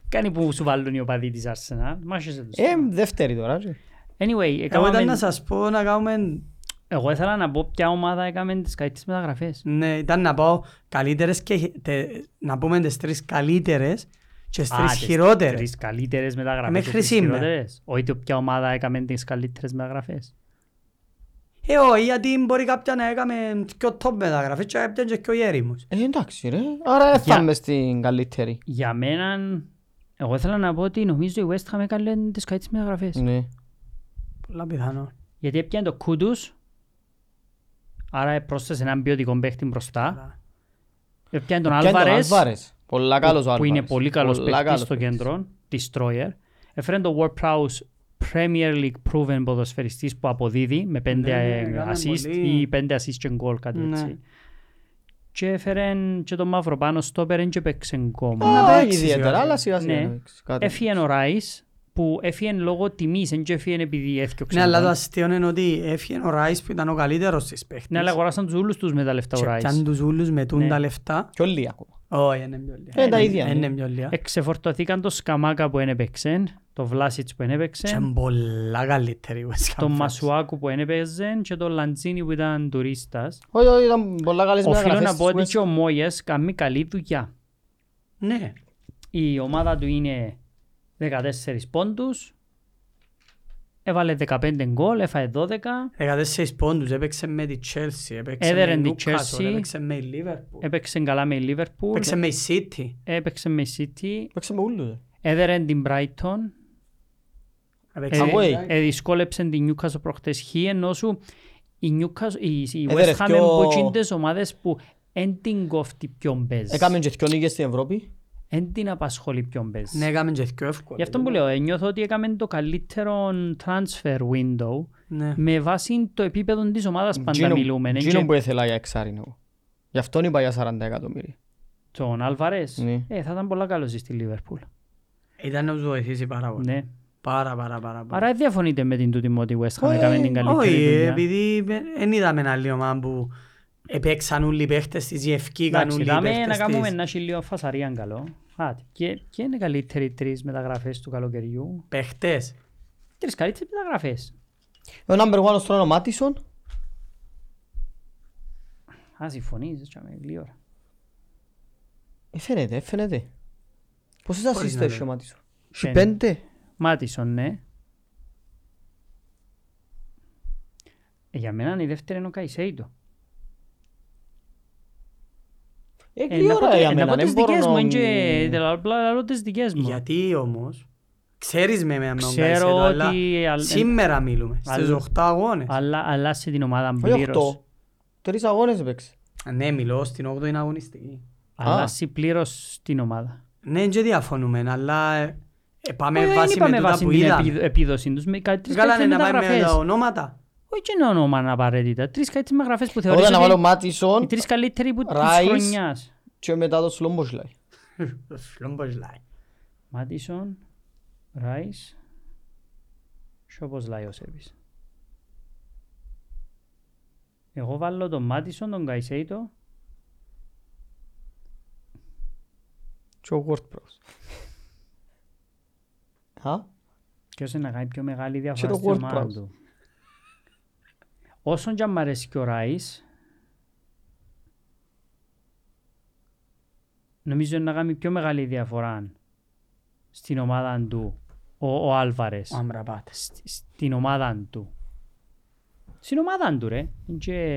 A: Κάνει που σου βάλουν οι οπαδοί της Arsenal. Μάχεσαι τους.
C: Ε, δεύτερη τώρα. ρε.
A: Anyway,
B: Εγώ ήταν
A: έκαναμε...
B: να σας πω να κάνουμε...
A: Εγώ ήθελα να πω ποια ομάδα έκαμε τις καλύτερες μεταγραφές.
B: Ναι, ήταν να πω καλύτερες και... τε- Να πούμε τις τρεις καλύτερες και τις
A: Α,
B: τρεις
A: τις
B: χειρότερες.
A: Τρεις καλύτερες μεταγραφές.
B: Μέχρι
A: και τις
B: σήμερα.
A: χειρότερες. Όχι το ποια ομάδα έκαμε τις καλύτερες μεταγραφές.
B: Ε, όχι, γιατί μπορεί κάποια να έκαμε πιο top μεταγραφές και κάποια και πιο γέριμους.
C: Ε, εντάξει ρε. Άρα δεν θα είμαι στην καλύτερη.
A: Για μένα, εγώ ήθελα να πω ότι νομίζω η West Ham έκανε τις καλύτερες μεταγραφές.
C: Ναι.
B: Πολλά πιθανό. Ναι,
A: Γιατί έπιανε το Κούντους, άρα πρόσθεσε έναν ποιοτικό παίχτη μπροστά.
B: Καλά.
A: Έπιανε τον
C: Και τον
A: Άλβαρες,
C: Άλβαρες. Πολλά καλός ο
A: που
C: Άλβαρες.
A: είναι πολύ καλός
C: Πολλά
A: παίχτης
C: καλός
A: στο
C: παίκτης.
A: κέντρο, Destroyer. Έφερε τον Ward Prowse Premier League proven ποδοσφαιριστής που αποδίδει με πέντε
B: Ναι, ναι,
A: ε,
B: έκαναν
A: assist
B: πολύ.
A: ή πέντε assist και γκολ κάτι
B: Ναι.
A: έτσι. Και έφερε και τον Μαύρο πάνω στο πέραν και παίξε ακόμα.
B: Να
C: Α,
B: παίξει
C: ιδιαίτερα,
B: σιγά.
C: αλλά σιγά σιγά.
A: Ναι.
C: να παίξει. Κάτι.
A: Έφυγε ο Ράις που έφυγε λόγω τιμής, δεν έφυγε επειδή έφτιαξε.
B: Ναι, αλλά
A: τον.
B: το αστείο είναι ότι έφυγε ο Ράις που ήταν ο καλύτερος της παίχτης.
A: Ναι, αλλά αγοράσαν τους ούλους τους με τα λεφτά ο
B: Και
A: Ράις.
B: πιάνουν τους ούλους με τούν
A: Ναι.
B: τα λεφτά.
C: Κι όλοι ακόμα.
B: Όχι, είναι πιο λίγα.
C: Ε, τα ίδια είναι.
B: Είναι πιο λίγα.
A: Εξεφορτωθήκαν το Σκαμάκα που ένεπαιξε, το Βλάσιτς που
B: Και
A: ένεπαιξε,
B: πολλά καλύτερη η West Ham.
A: ναι. το Μασουάκου που ένεπαιξε και το Λαντζίνι που ήταν τουρίστας.
C: Όχι, όχι, ήταν πολλά καλές
A: Οφείλω
C: μεταγραφές
A: να πω ότι
C: της
A: και ο Μόγιας κάνει καλή δουλειά.
B: Ναι.
A: Η ομάδα του είναι 14 πόντους, έβαλε 15 γκολ, έφαγε 12,
B: 14 πόντους, έπαιξε με τη Chelsea, έπαιξε με
A: Έδερεν
B: η
A: τη
B: Newcastle,
A: Chelsea. Ε,
B: έπαιξε με η Liverpool,
A: έπαιξε καλά με η Λίβερπουλ,
B: έπαιξε με η City.
A: έπαιξε με η City,
C: Παίξε με ούλους, ρε.
A: έδερε την Brighton,
B: Έπαιξε με
C: Away.
B: η United.
A: ε, δυσκόλεψε την Newcastle προχτές χ, ενώ σου η, Newcastle, η, η
C: Έδερε
A: West Ham
C: πιο-
A: είναι από εκείνες ομάδες που εν την κόφτει ποιον παίζεις,
C: Έκαμε και δυο νίκες στην Ευρώπη.
A: εν την απασχολεί ποιον παίζει.
B: Ναι, έκαμε και πιο εύκολα.
A: Γι' αυτό που λέω, ε, νιώθω ότι έκαμε το καλύτερο transfer window
B: Ναι.
A: με βάση το επίπεδο της ομάδας πάντα
C: Τζίνο-
A: μιλούμε. Εν
C: Τζίνο
A: και
C: που ήθελα για εξάρι ναι, εγώ. Γι' αυτόν είπα για 40 εκατομμύρια.
A: Τον Αλβαρές,
C: Ναι.
A: ε, θα ήταν πολλά καλός στη Λίβερπουλ.
B: Ήταν να τους βοηθήσει πάρα πολύ.
A: Ναι.
B: Πάρα, πάρα, πάρα πολύ.
A: Άρα δεν διαφωνείτε με την τούτη μου ότι η West Ham
C: Όχι,
A: έκαμε την
B: ε, Όχι,
A: καλύτερη δουλειά.
B: επειδή δεν είδαμε άλλη ομάδα που επέξαν όλοι οι παίχτες της, γευκήκαν
A: Εντάξει,
B: όλοι οι
A: δάμε να
B: παίχτες
A: κάνουμε
B: της.
A: ένα χιλίο φασαρίαν καλό. Άτε, και, και είναι οι καλύτεροι τρεις μεταγραφές του καλοκαιριού.
B: Παίχτες.
A: Τρεις καλύτερες μεταγραφές.
C: Ο number one στον όνομα Μάτισον.
A: Α, συμφωνείς, έτσι, αμέ, λίγη ώρα.
C: Ε, Φαίνεται, ε, φαίνεται. Πόσες
B: Χωρίς
C: ασίστες
B: να
C: έχει
B: λέω.
C: ο Μάτισον. Έχει
A: Πέντε.
C: πέντε.
A: Μάτισον, ναι. Ε, Για μένα η δεύτερη είναι ο Καϊσέιτο.
C: Ε,
A: Ε, να
C: τι
A: πω-
C: ώρα για
A: ε, να
C: μένα.
A: πω
C: Δεν
A: τις δικές
C: μπορώ
A: μου,
C: να...
A: εν και- τα- απλά λαλώ τις δικές μου.
B: Γιατί όμως, ξέρεις με με τον
A: Ξέρω
B: Καϊσέτο, αλλά
A: ότι αλ-
B: σήμερα μιλούμε, στις
A: αλ-
B: 8 αγώνες.
A: Αλλά αλλάσσε την ομάδα
C: Όχι
A: πλήρως.
C: οκτώ. Τρεις αγώνες έπαιξε.
B: Ναι, μιλώ στην 8η αγωνιστική.
A: Αλλάσσει πλήρως την ομάδα.
B: Ναι, δεν διαφωνούμε, αλλά ε, ε, πάμε
A: Όχι, δεν
B: βάση με
A: είπαμε
B: τούτα
A: βάση
B: που
A: την
B: είδαμε.
A: επίδο- επίδοση τους. με κάτι- Τρεις
B: Καλά είναι
A: καλύτερες
B: να πάμε με
A: μεταγραφές.
B: τα ονόματα.
A: Όχι και είναι όνομα απαραίτητα. Τρεις καλύτερες μεταγραφές που θεωρείς
C: Όταν να
A: ότι
C: βάλω
A: οι
C: Μάτισον
A: τρεις καλύτεροι που της
C: Rice.
A: χρονιάς.
C: και μετά το Σλόμποσλαϊ.
B: Σλόμπος λάει.
A: Μάτισον, Ράις και όπως λέει ο Σέρβις. Εγώ βάλω τον Μάτισον, τον Καϊσέιτο,
B: Και ο WordPress.
C: Α,
A: Ποιος είναι να κάνει πιο μεγάλη
B: Και
A: διαφορά
B: το
A: στην ομάδα
B: WordPress.
A: του. Όσον και αν μ' αρέσει και ο Ράις, νομίζω να κάνει πιο μεγάλη διαφορά στην ομάδα του ο, ο Άλβαρες.
B: Ο Αμραπάτες.
A: Σ- στην ομάδα του. Στην ομάδα του ρε. Και...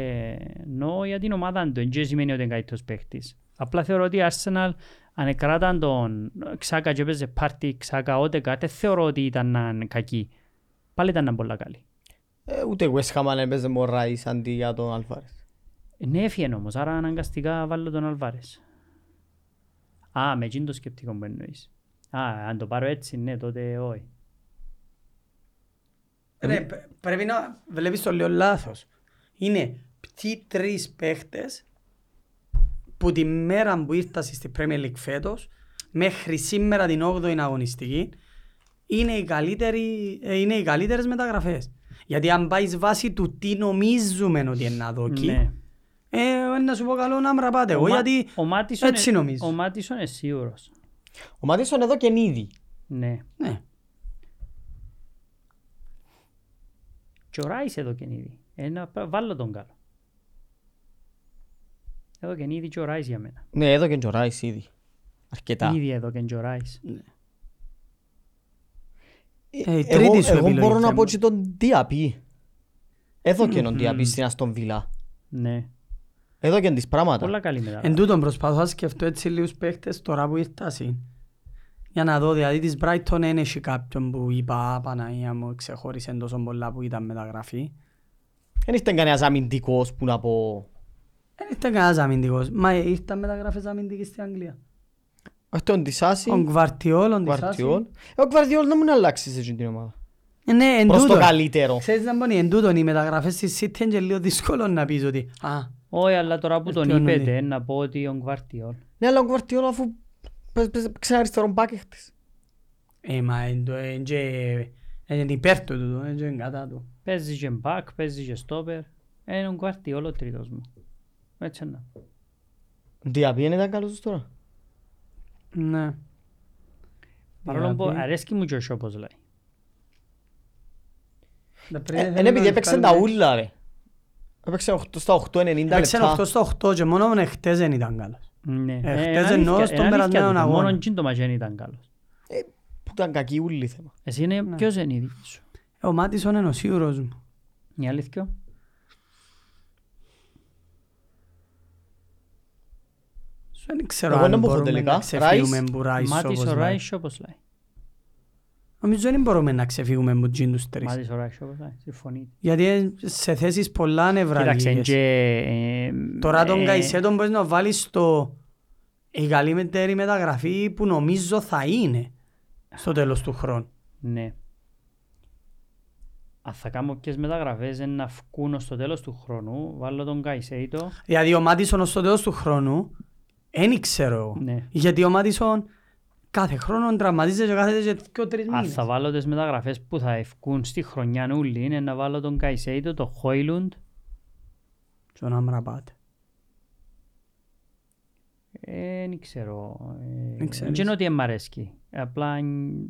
A: Νο για την ομάδα του. Δεν σημαίνει ότι είναι καλύτερος παίχτης. Απλά θεωρώ ότι η Arsenal αν εκράταν τον Ξάκα και έπαιζε πάρτι Ξάκα ότε κάτι, θεωρώ ότι ήταν κακή. Πάλι ήταν πολλά καλή.
C: ε, ούτε η West Ham αν έπαιζε με ο Ράις αντί για τον Αλφάρες.
A: Ναι έφυγε όμως, άρα αναγκαστικά βάλω τον Αλβάρες. Α, με εκείνο το σκεπτικό μου εννοείς. Α, αν το πάρω έτσι, ναι, τότε όχι. Δηλαδή-
B: Ρε, π- πρέπει να βλέπεις το λέω λάθος. Είναι ποιοι τρεις παίχτες που τη μέρα που ήρθασαι στη Premier League φέτος μέχρι σήμερα την 8η αγωνιστική είναι οι, καλύτεροι, ε, είναι οι καλύτερες μεταγραφές. Γιατί αν πάει βάση του τι νομίζουμε ότι είναι να δοκεί,
A: Ναι.
B: ε, να σου πω καλό να μραπάτε εγώ,
A: Μα-
B: γιατί
A: ο Μάτισον
B: έτσι
A: ε-
B: νομίζω.
A: Ο Μάτισον είναι σίγουρος.
C: Ο Ματίσον εδώ και είναι ήδη.
A: Ναι.
B: ναι,
A: Και ο Ράις εδώ και είναι ήδη. Ένα, πα- βάλω τον καλό. Εδώ και είναι ήδη και ο Ράις για μένα.
C: Ναι, εδώ και είναι ο Ράις ήδη. Αρκετά.
A: Ήδη εδώ και είναι και ο Ράις.
B: Ε, η
C: εγώ,
B: τρίτης σου
C: εγώ
B: επιλογή
C: μπορώ να
B: θέμα.
C: πω και τον DAP. Εδώ και είναι ο DAP στην Αστον Βιλά.
A: Ναι.
C: Εδώ και είναι τις πράγματα.
A: Πολλά καλή μετά.
B: Ε, Εν τούτον προσπαθώ να σκεφτώ έτσι λίγους παίχτες τώρα που ήρθασαι. Για να δω, δηλαδή της Brighton δεν έχει κάποιον που είπα «Α, Παναγία μου ξεχώρισε τόσο πολλά που ήταν μεταγραφή.
C: Δεν ήρθε κανένας αμυντικός που να πω...
B: Δεν ήρθε κανένας αμυντικός. Μα ε, ήρθαν μεταγραφές αμυντικές στην Αγγλία.
C: Αυτό είναι της Άση,
B: Ο
C: ο
B: Γκβαρτιόλ, ο Ντισάσι.
C: Γκβαρτιόλ. Ε, Ο Γκβαρτιόλ να μην αλλάξει σε εκείνη την ομάδα.
B: Ε, Ναι, εν
C: Προς το
B: τούτον.
C: καλύτερο.
B: Ξέρεις να πονεί, εν τούτον οι μεταγραφές της City είναι και λίγο δύσκολο να πεις ότι «Α,
A: Όχι, αλλά τώρα που τον
B: Βελτιώνονται.
A: είπετε, να πω ότι ο Γκβαρτιόλ.
C: Ναι, αλλά ο Γκουαρτιόλ αφού παίζει- παίζει- ξέρει αριστερόν μπακ έχτες.
B: ε, μα εν τω- εν και- εν είναι υπέρ του τούτο, εν και είναι κατά του».
A: Παίζει και μπακ, παίζει και στόπερ. Είναι ο Γκβαρτιόλ ο τρίτος μου. Έτσι να.
C: Διαπή δεν ήταν καλός τώρα.
B: Ναι.
A: Παρόλο που
B: Δηλαδή,
A: αρέσκει μου και ο Σόπος λέει.
B: τα πριν
C: Είναι
B: θέλουμε
C: ε, επειδή
B: να
C: έπαιξε τα
B: βγάλουμε-
C: ούλα ρε. Έπαιξε 8 στα 8-90
B: Έπαιξε 8
C: λεπτά.
B: στο 8 και μόνο με χτες δεν ήταν καλός.
A: Ναι. Ε,
B: χτες
A: είναι
B: εννοώ
A: αλήθεια- είναι αλήθεια
B: στον περασμένο
A: τούτο.
B: αγώνα.
A: Μόνον τζιν το ματζέν ήταν καλός.
C: Που ήταν κακή ούλη θέμα.
A: Εσύ
B: Ναι.
A: είναι ποιος είναι η δική σου.
B: Ε, Ο Μάτισον είναι ο σίγουρος μου.
A: Η αλήθεια.
B: Δεν ξέρω
C: Εγώ
B: αν
C: δεν μπορώ
B: μπορούμε
C: τελικά.
B: να ξεφύγουμε
C: Rice.
B: που Ράις
A: Μάτις
B: όπως
A: ο
B: λέει.
A: Ράις Σόπος λέει.
B: Νομίζω δεν μπορούμε να ξεφύγουμε που τζιν τους τρεις.
A: Μάτις ο Ράις Σόπος λέει. Συμφωνείτε.
B: Γιατί ε, σε θέσεις πολλά
A: Κοίταξε,
B: νευραλικές.
A: και... ε,
B: Τώρα τον
A: ε,
B: Καϊσέτον μπορείς να βάλεις στο η καλύτερη μεταγραφή που νομίζω θα είναι στο τέλος του χρόνου.
A: Ναι. Αν θα κάνω ποιες μεταγραφές ε, να βγουν στο τέλος του χρόνου, βάλω τον Καϊσέιτο.
B: Δηλαδή ο Μάτισον ως το τέλος του χρόνου δεν ξέρω εγώ.
A: Ναι.
B: Γιατί ο Μάτισον κάθε χρόνο τραυματίζεται και κάθεται και δυο τρεις
A: Αν
B: μήνες.
A: θα βάλω τις μεταγραφές που θα ευκούν στη χρονιά νουλή είναι να βάλω τον Καϊσέιτο, τον Χόιλουντ.
B: Και τον Αμραμπάτ.
A: Ε, Δεν ξέρω. ε,
B: Δεν ξέρεις.
A: Δεν ξέρω ότι μ' αρέσκει. Απλά... ν-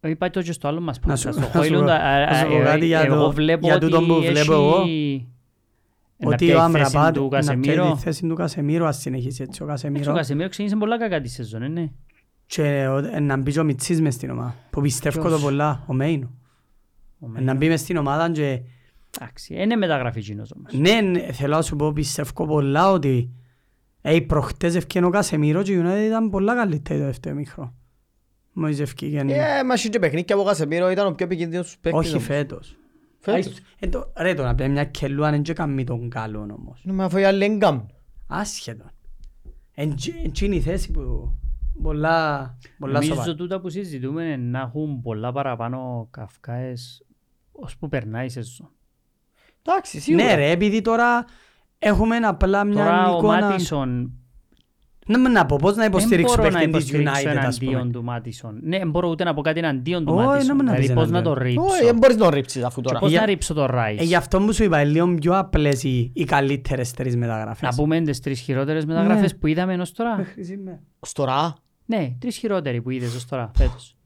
A: ε, Είπα το και στο άλλο μας
B: Να σου-
A: podcast.
B: να
A: Το
B: σου
A: Χόιλουντ,
B: πω-
A: α- α-
B: να σου πω
A: ε,
B: κάτι για
A: εγώ
B: το-
A: βλέπω
B: για τούτον που
A: ότι
B: βλέπω
A: έχει- να
B: Ότι
A: πιάει
B: ο
A: η θέση
B: Αμραμπάτ
A: του
B: να πιάει
A: Κασεμίρο.
B: τη θέση του Κασεμίρο ας συνεχίσει έτσι ο
A: Εντάξει, ο
B: Κασεμίρο
A: Κασεμίρο ξεκίνησε πολλά κακά τη σεζόν, ε, ναι.
B: και ο- ε, να μπει και ο Μιτσής μες στην ομάδα που πιστεύω το
A: Ποιος?
B: πολλά, ο Μέινο.
A: Ο
B: Ε,
A: Μέινο.
B: Να μπει μες στην ομάδα και
A: Εντάξει, είναι μεταγραφή εκείνος όμως.
B: ναι ναι, θέλω να σου πω πιστεύω πολλά ότι ε, προχτές ευκαινε ο Κασεμίρο και η United ήταν πολλά καλύτερη το δεύτερο μικρό. Μόλις ευκαινε.
C: Ε, μα είχε και παιχνίδια από Κασεμίρο ήταν ο πιο επικίνδυνος παίκτης.
B: Όχι
C: όμως.
B: φέτος.
C: Φέτος.
B: Α, ε, το- Ρε το να πει μια κελούα δεν και καμί τον καλό όμως.
C: Ναι, μα αφού οι άλλοι δεν κάνουν.
B: Άσχετο. Εν τζι- εν τζι είναι η θέση που πολλά, πολλά
A: Νομίζω
B: σοβαρά.
A: τούτα που συζητούμε είναι να έχουν πολλά παραπάνω καυκάες ώσπου περνάει η σεζόν.
C: Εντάξει, σίγουρα.
B: Ναι ρε, επειδή τώρα έχουμε απλά μια
A: Τώρα ο
B: εικόνα...
A: Μάτισον
B: Ναι, με να πω πώς να
A: Δεν
B: υποστηρίξω
A: μπορώ να
B: παίχτη της
A: υποστηρίξω
B: United, ας
A: εναντίον
B: πούμε.
A: του Μάτισον. Ναι, δεν μπορώ ούτε να πω κάτι εναντίον του
B: Όχι,
A: Μάτισον.
B: να μην
A: Δηλαδή
B: πεις
A: πώς να το
B: εναντίον.
C: Όχι, δεν
A: ρίψω.
C: ε, μπορείς να τον ρίψεις αφού
A: Και
C: τώρα.
A: Πώς
B: ε, Για-
A: να ρίψω το
B: Ε,
A: Ράις.
B: γι' αυτό μου σου είπα, είναι λίγο πιο απλές οι, οι καλύτερες τρεις μεταγραφές.
A: Να πούμε τις τρεις χειρότερες
B: Ναι.
A: μεταγραφές που είδαμε ενός τώρα.
B: Μέχρι σήμερα.
C: Στορά,
A: Ναι, τρεις χειρότεροι που είδες ως τώρα φέτος.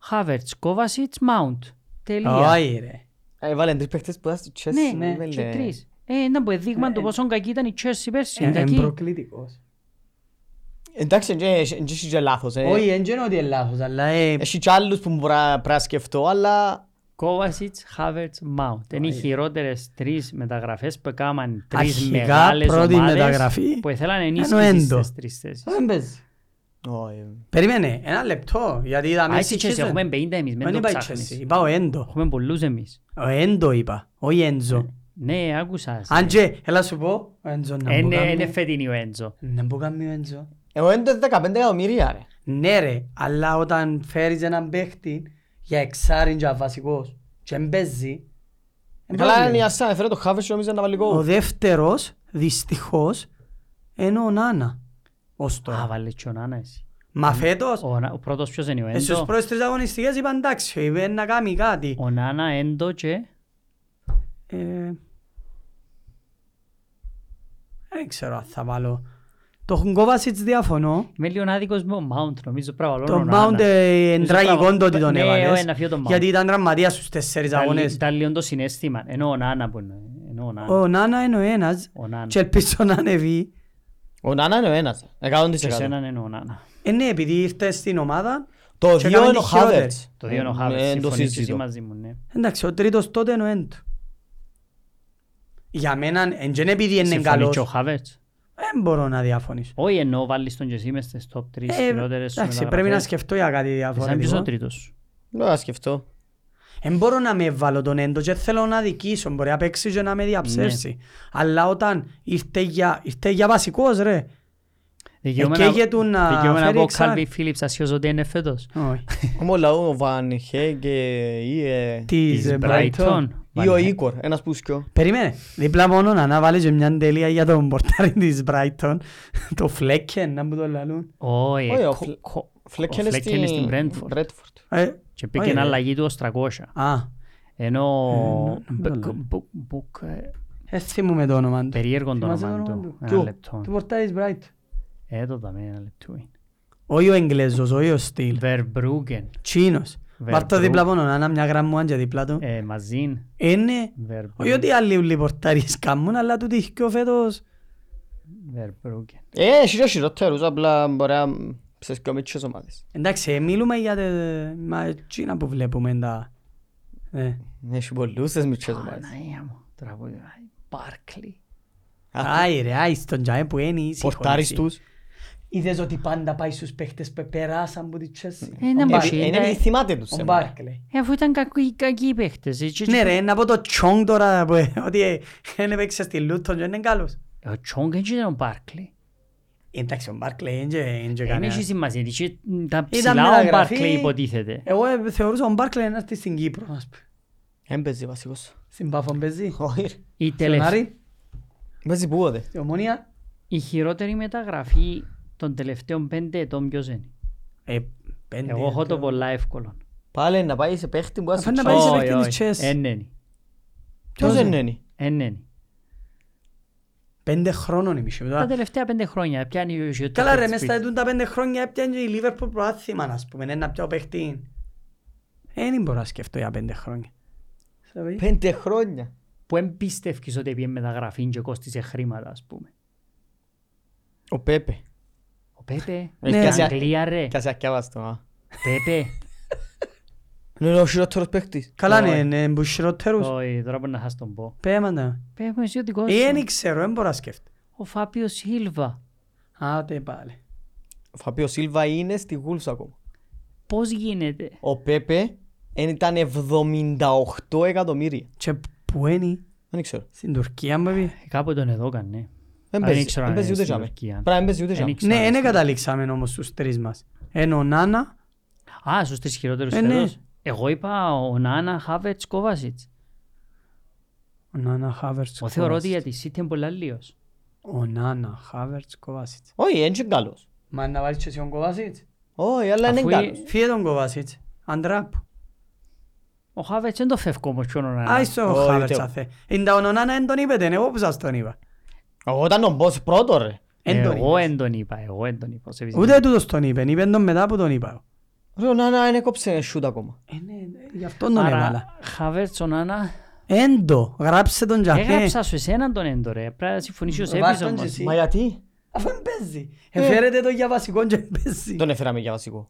A: Χάβερτς, Κόβασιτς, Μάουντ. Τελεία.
B: Όχι ρε.
A: Ε,
C: έβαλαν τρεις παίχτες που ήταν στη Chelsea.
A: Ναι,
C: έβαλε-
A: και τρεις. Ε, να πω δείγμα του πόσο κακή ήταν η Chelsea πέρσι.
B: Είναι
A: κακή.
B: προκλητικός.
C: Εντάξει, δεν έχει και λάθος. ε.
B: Όχι, δεν ξέρω ότι είναι λάθος, αλλά... ε,
C: Έχει και άλλους που μπορώ να- πρέπει να σκεφτώ, αλλά...
A: Kovacic, Havertz, Mount. Είναι οι χειρότερες τρεις μεταγραφές που έκαναν τρεις
B: Αρχικά,
A: μεγάλες
B: πρώτη
A: ομάδες
B: μεταγραφή,
A: που ήθελαν
B: εννοέντο.
A: ενίσχυση στις τρεις θέσεις.
B: Δεν παίζει.
C: Όχι.
B: Περίμενε, ένα λεπτό, γιατί
A: Α,
B: είδαμε...
A: εσύ Chelsea, έχουμε 50 εμείς,
B: Δεν
A: μην το
B: είπα η
A: ψάχνεις.
B: Chelsea, είπα ο Έντο.
A: Έχουμε πολλούς εμείς.
B: Ο Έντο είπα, όχι Έντζο.
A: Ναι, άκουσα. σε.
B: Αν και, έλα σου πω, ο Έντζο να μου
A: Είναι ε, ναι, είναι
B: κάνει...
A: φετινή ο Έντζο.
B: Να μου κάνει ο Έντζο.
C: Εγώ είναι 15 εκατομμύρια, ρε.
A: Ε,
B: Ναι ρε, αλλά όταν φέρεις έναν παίχτη για εξάριν και βασικός και δεν παίζει... εν
C: Καλά είναι η
B: πρόβλημα.
C: Αρσένα, έφερε το Χάβερς και νόμιζε να βάλει
B: Ο
C: γκολ.
B: δεύτερος, δυστυχώς, είναι ο Νάνα. Ως
A: Α,
B: τώρα.
A: βάλε και ο Νάνα εσύ.
B: Μα φέτος,
A: Ο Να- Ο πρώτος ποιος είναι ο
B: στους
A: Έντζο.
B: πρώτες τρεις αγωνιστικές είπαν εντάξει, είπε να κάνει κάτι.
A: Ο Νάνα, Έντο και...
B: Ε, Δεν ξέρω αν θα βάλω. Το Χουγκόβασιτς διαφωνώ.
A: Είμαι λίγο άδικος με ο Μάουντ, νομίζω πρέπει να βάλω
B: Το
A: τον Νάνα.
B: Mount ε, εν
A: Νομίζω
B: τραγικό
A: πράγμα-
B: το ότι τον
A: Ναι,
B: έβαλες.
A: ο, ένα, φύγε τον Mount.
B: Γιατί ήταν τραυματίας στους τέσσερις
A: Ήταν λι-
B: αγώνες.
A: Ήταν λίγο το συνέστημα. Ενώ ο Νάνα που είναι. Ενώ ο Νάνα.
B: Ο Νάνα είναι ο ένας
A: Ο Νάνα.
B: και ελπίζω να ανεβεί.
C: Ο Νάνα είναι ο ένας, 100%.
A: Και σέναν είναι ο Νάνα.
B: Ε, ναι, επειδή ήρθε στην ομάδα.
C: Το
B: Και
C: δύο
B: κάνει
C: είναι ο
B: τη χειρότερη.
C: Χάβερτς.
A: Το δύο είναι ο
C: Ε,
A: Χάβερτς.
C: εν το
A: Συμφωνείς και εσύ
C: συζητώ.
A: μαζί μου, ναι.
B: Εντάξει, ο τρίτος τότε είναι ο Έντο. Για μένα, εν και επειδή είναι
A: Συμφωνείς
B: καλός,
A: και ο Χάβερτς.
B: δεν μπορώ να διαφωνήσω.
A: Όχι ενώ βάλεις τον και εσύ μες στις top 3
B: Ε,
A: χειρότερες σου
B: Εντάξει, πρέπει να
A: μεταγραφές.
B: σκεφτώ για κάτι
A: Σαν ποιος ο
B: διαφορετικό.
A: τρίτος.
C: Δεν θα σκεφτώ.
B: Δεν μπορώ να με βάλω τον έντο και θέλω να δικήσω, μπορεί να παίξει και να με διαψεύσει.
A: Ναι.
B: Αλλά όταν ήρθε για, ήρθε για βασικός ρε. Ε,
A: Δικαιούμαι να-
B: καίγεται του να
A: δικαιούμαι να
B: φέρει
A: πω ο
B: εξάρ.
A: Κάλβι Φίλιπς ασιώς ότι είναι φέτος.
B: Όχι.
C: Όμως λαού ο Βαν Χέγκε ή ε,
B: Της
A: Της
B: Brighton.
A: Brighton.
C: ή ο Ίκορ, ένας που σκιο.
B: Περίμενε, δίπλα μόνο να βάλεις και μια τέλεια για τον πορτάρι της Brighton. Το φλέκεν, να μου το λαλούν.
A: Όχι,
C: Όχι, ο
A: ε, κο-
C: Φλε-
A: κο-
C: Φλέκεν
A: ο Φλέκεν είναι στην Brentford.
C: Μπρέντφορτ.
B: Ε,
A: Και
B: όχι,
A: πήγε ένα
B: ρε.
A: αλλαγή του ως 300.
B: Α,
A: Ενώ
B: ναι,
A: Μπ-
B: ναι, ναι.
A: Μπ- Μπουκ, ε,
B: δεν θυμούμαι το όνομα του.
A: περίεργο το
B: Θυμάσαι
A: όνομα
B: το όνομα
A: του.
B: του.
A: Ένα
B: Του.
A: λεπτό.
B: Του πορτάρι της Brighton.
A: Ε, το δαμε ένα λεπτό. είναι.
B: Όχι ο Εγγλέζος, όχι ο Στυλ.
A: Verbruggen.
B: Τσίνος. Βάρ' το
A: Verbruggen.
B: δίπλα μόνο να μια γραμμούαν και δίπλα του.
A: Ε, Μαζίν.
B: Είναι Όχι
A: Verbruggen.
B: ότι οι άλλοι ούλοι πορτάριες κάνουν, αλλά του τύχει ο φέτος.
A: Verbruggen.
C: Ε, έχει και χειρότερους, απλά μπορεί να ψες και ομίτσες ομάδες.
B: Εντάξει, ε, μιλούμε για τα... Μα εκείνα που βλέπουμε τα... Ε.
C: Έχει πολλούς τις μίτσες ομάδες.
A: Παναία μου. Τραγούδι. Μπάρκλι.
B: Άι ρε, άι στον τζαέ που είναι ήσυχο.
C: Πορτάρις
B: έτσι.
C: τους.
B: Είδες ότι πάντα πάει στους παίχτες που περάσαν από τη Τσέση.
A: Ε, να
B: Ο
A: μπα-
B: Μπάρκλεϊ,
A: είναι-
C: Είναι θυμάται τους.
B: Ο
C: εμένα.
B: Μπάρκλεϊ.
A: Ε, αφού ήταν κακοί, κακοί οι παίχτες. έτσι,
B: Ναι
A: έτσι.
B: ρε, να πω το τσόγκ τώρα που ε, ότι ε, δεν έπαιξε στη Λούτον και είναι καλός. Ε,
A: Ο Τσόγκ έτσι ήταν ο Μπάρκλι.
B: Εντάξει, ο Μπάρκλεϊ είναι και- είναι
A: Δεν
B: και
A: έχει
B: κανένας.
A: σημασία. είχε Τα
B: Ήταν
A: ψηλά ο
B: μεταγραφή.
A: Μπάρκλι υποτίθεται.
B: Εγώ ε, θεωρούσα τον Μπάρκλεϊ να έρθει στην Κύπρο, ας πούμε.
C: Εν παίζει βασικός.
B: Στην Πάφο παίζει.
C: Όχι ρε.
A: Η,
B: Στον
A: τελευ-
B: Άρη,
C: Παίζει πού όδε.
B: η Ομόνια.
A: η χειρότερη μεταγραφή των τελευταίων πέντε ετών ποιος είναι.
B: Ε, πέντε,
A: Εγώ έχω το
B: τώρα.
A: πολλά εύκολο.
C: Πάλι να πάει σε παίχτη που άσε
B: Αφού να
C: τσάμπα.
B: πάει σε
A: Όχι,
B: παίχτη της
A: όχι.
B: Chelsea.
A: Ένενη.
C: Ποιος δεν είναι.
A: Ένενη.
B: Πέντε χρόνων η Μισή.
A: Τα τελευταία πέντε χρόνια πιάνει ο Ιωσιωτάκης.
B: Καλά ρε, μες στα ετούν τα πέντε χρόνια έπιανε και η Λίβερπουλ προάθημα, ας πούμε, ένα πιο παίχτη. Δεν μπορώ να σκεφτώ για πέντε χρόνια.
C: Πέντε χρόνια.
A: Που εμπίστευκες ότι πήγε μεταγραφή και κόστισε χρήματα ας πούμε.
C: Ο Πέπε.
A: Ο Πέπε.
C: Ε,
B: Ναι,
A: η
C: κασιά-
A: Αγγλία ρε.
C: Κι ας ακιάβαστο, α.
A: Πέπε.
C: Είναι ο χειρότερος παίχτης.
B: Καλά ναι, ναι, που χειροτέρους.
A: Όχι, τώρα μπορεί να σας τον πω.
B: Πέμαντα.
A: Πέπε μου εσύ ο δικός
B: Ε,
A: σου.
B: δεν ξέρω, δεν μπορώ να σκεφτώ.
A: Ο Φάπιο Σίλβα.
B: Α, τε πάλι.
C: Ο Φαπίο Σίλβα είναι στη Γούλφς ακόμα.
A: Πώς γίνεται.
C: Ο Πέπε εν ήταν 78 εκατομμύρια.
B: Και που είναι,
C: Δεν ξέρω.
B: στην Τουρκία μου πεις.
A: Ε, Κάπου τον εδώ ναι.
C: Δεν
A: Α, δεν
C: παίζει
A: ήξερα αν
C: δεν παίζει
A: είναι στην
C: ούτε τζάμε.
A: Τουρκία.
C: Πράγμα δεν παίζει ούτε
A: Δεν
C: τζάμε.
A: ήξερα.
B: Ναι, δεν καταλήξαμε όμως στους τρεις μας. Εν ο Νάνα,
A: Α, στους τρεις χειρότερους
B: Ε, ναι.
A: φέτος. Εγώ είπα ο Νάνα Χάβετς Κόβασιτς.
B: ο Νάνα Χάβερς.
A: Εγώ θεωρώ ότι για τη City είναι πολλά λίγος.
B: Ο Νάνα, Χάβερτς, Κοβάσιτς.
C: Όχι, δεν είναι καλός.
B: Μα να βάλεις και εσύ τον Κοβάσιτς.
C: Όχι, αλλά είναι
A: Αφού
C: καλός.
B: Φύγε τον Κοβάσιτς. Αντράπ.
A: Ο Χάβετς δεν το φεύγω όμως ποιον ο Νάνα.
B: Άισο ο
C: Όχι,
B: Χάβερτς
C: ούτε.
B: αθέ. Είναι τα ο Νάνα, εν τον είπετε, εγώ που σας τον είπα.
C: Εγώ ήταν ο boss πρώτο ρε.
B: Εν τον
A: Εγώ
B: είπες.
A: δεν τον είπα, εγώ δεν τον είπα. σε βυζιά.
B: Ούτε τούτος τον είπε, είπε τον μετά που τον είπα.
C: Ρε ο Νάνα δεν έκοψε shoot ακόμα.
B: Ε, ναι, ναι, Γι' αυτόν τον έβαλα. Ε,
A: Άρα, Χάβερτς ο Νάνα,
B: Έντο, γράψε τον τζαχέ.
A: έγραψα σου εσέναν τον έντο ρε. Πρέπει να συμφωνήσει ο
B: Βάζ
A: Σέπης
B: τον ναι. και
A: όμως.
B: εσύ.
C: Μα γιατί
B: Αφού δεν παίζει. Εφέρετε το για βασικό και δεν παίζει.
C: τον έφεραμε για βασικό.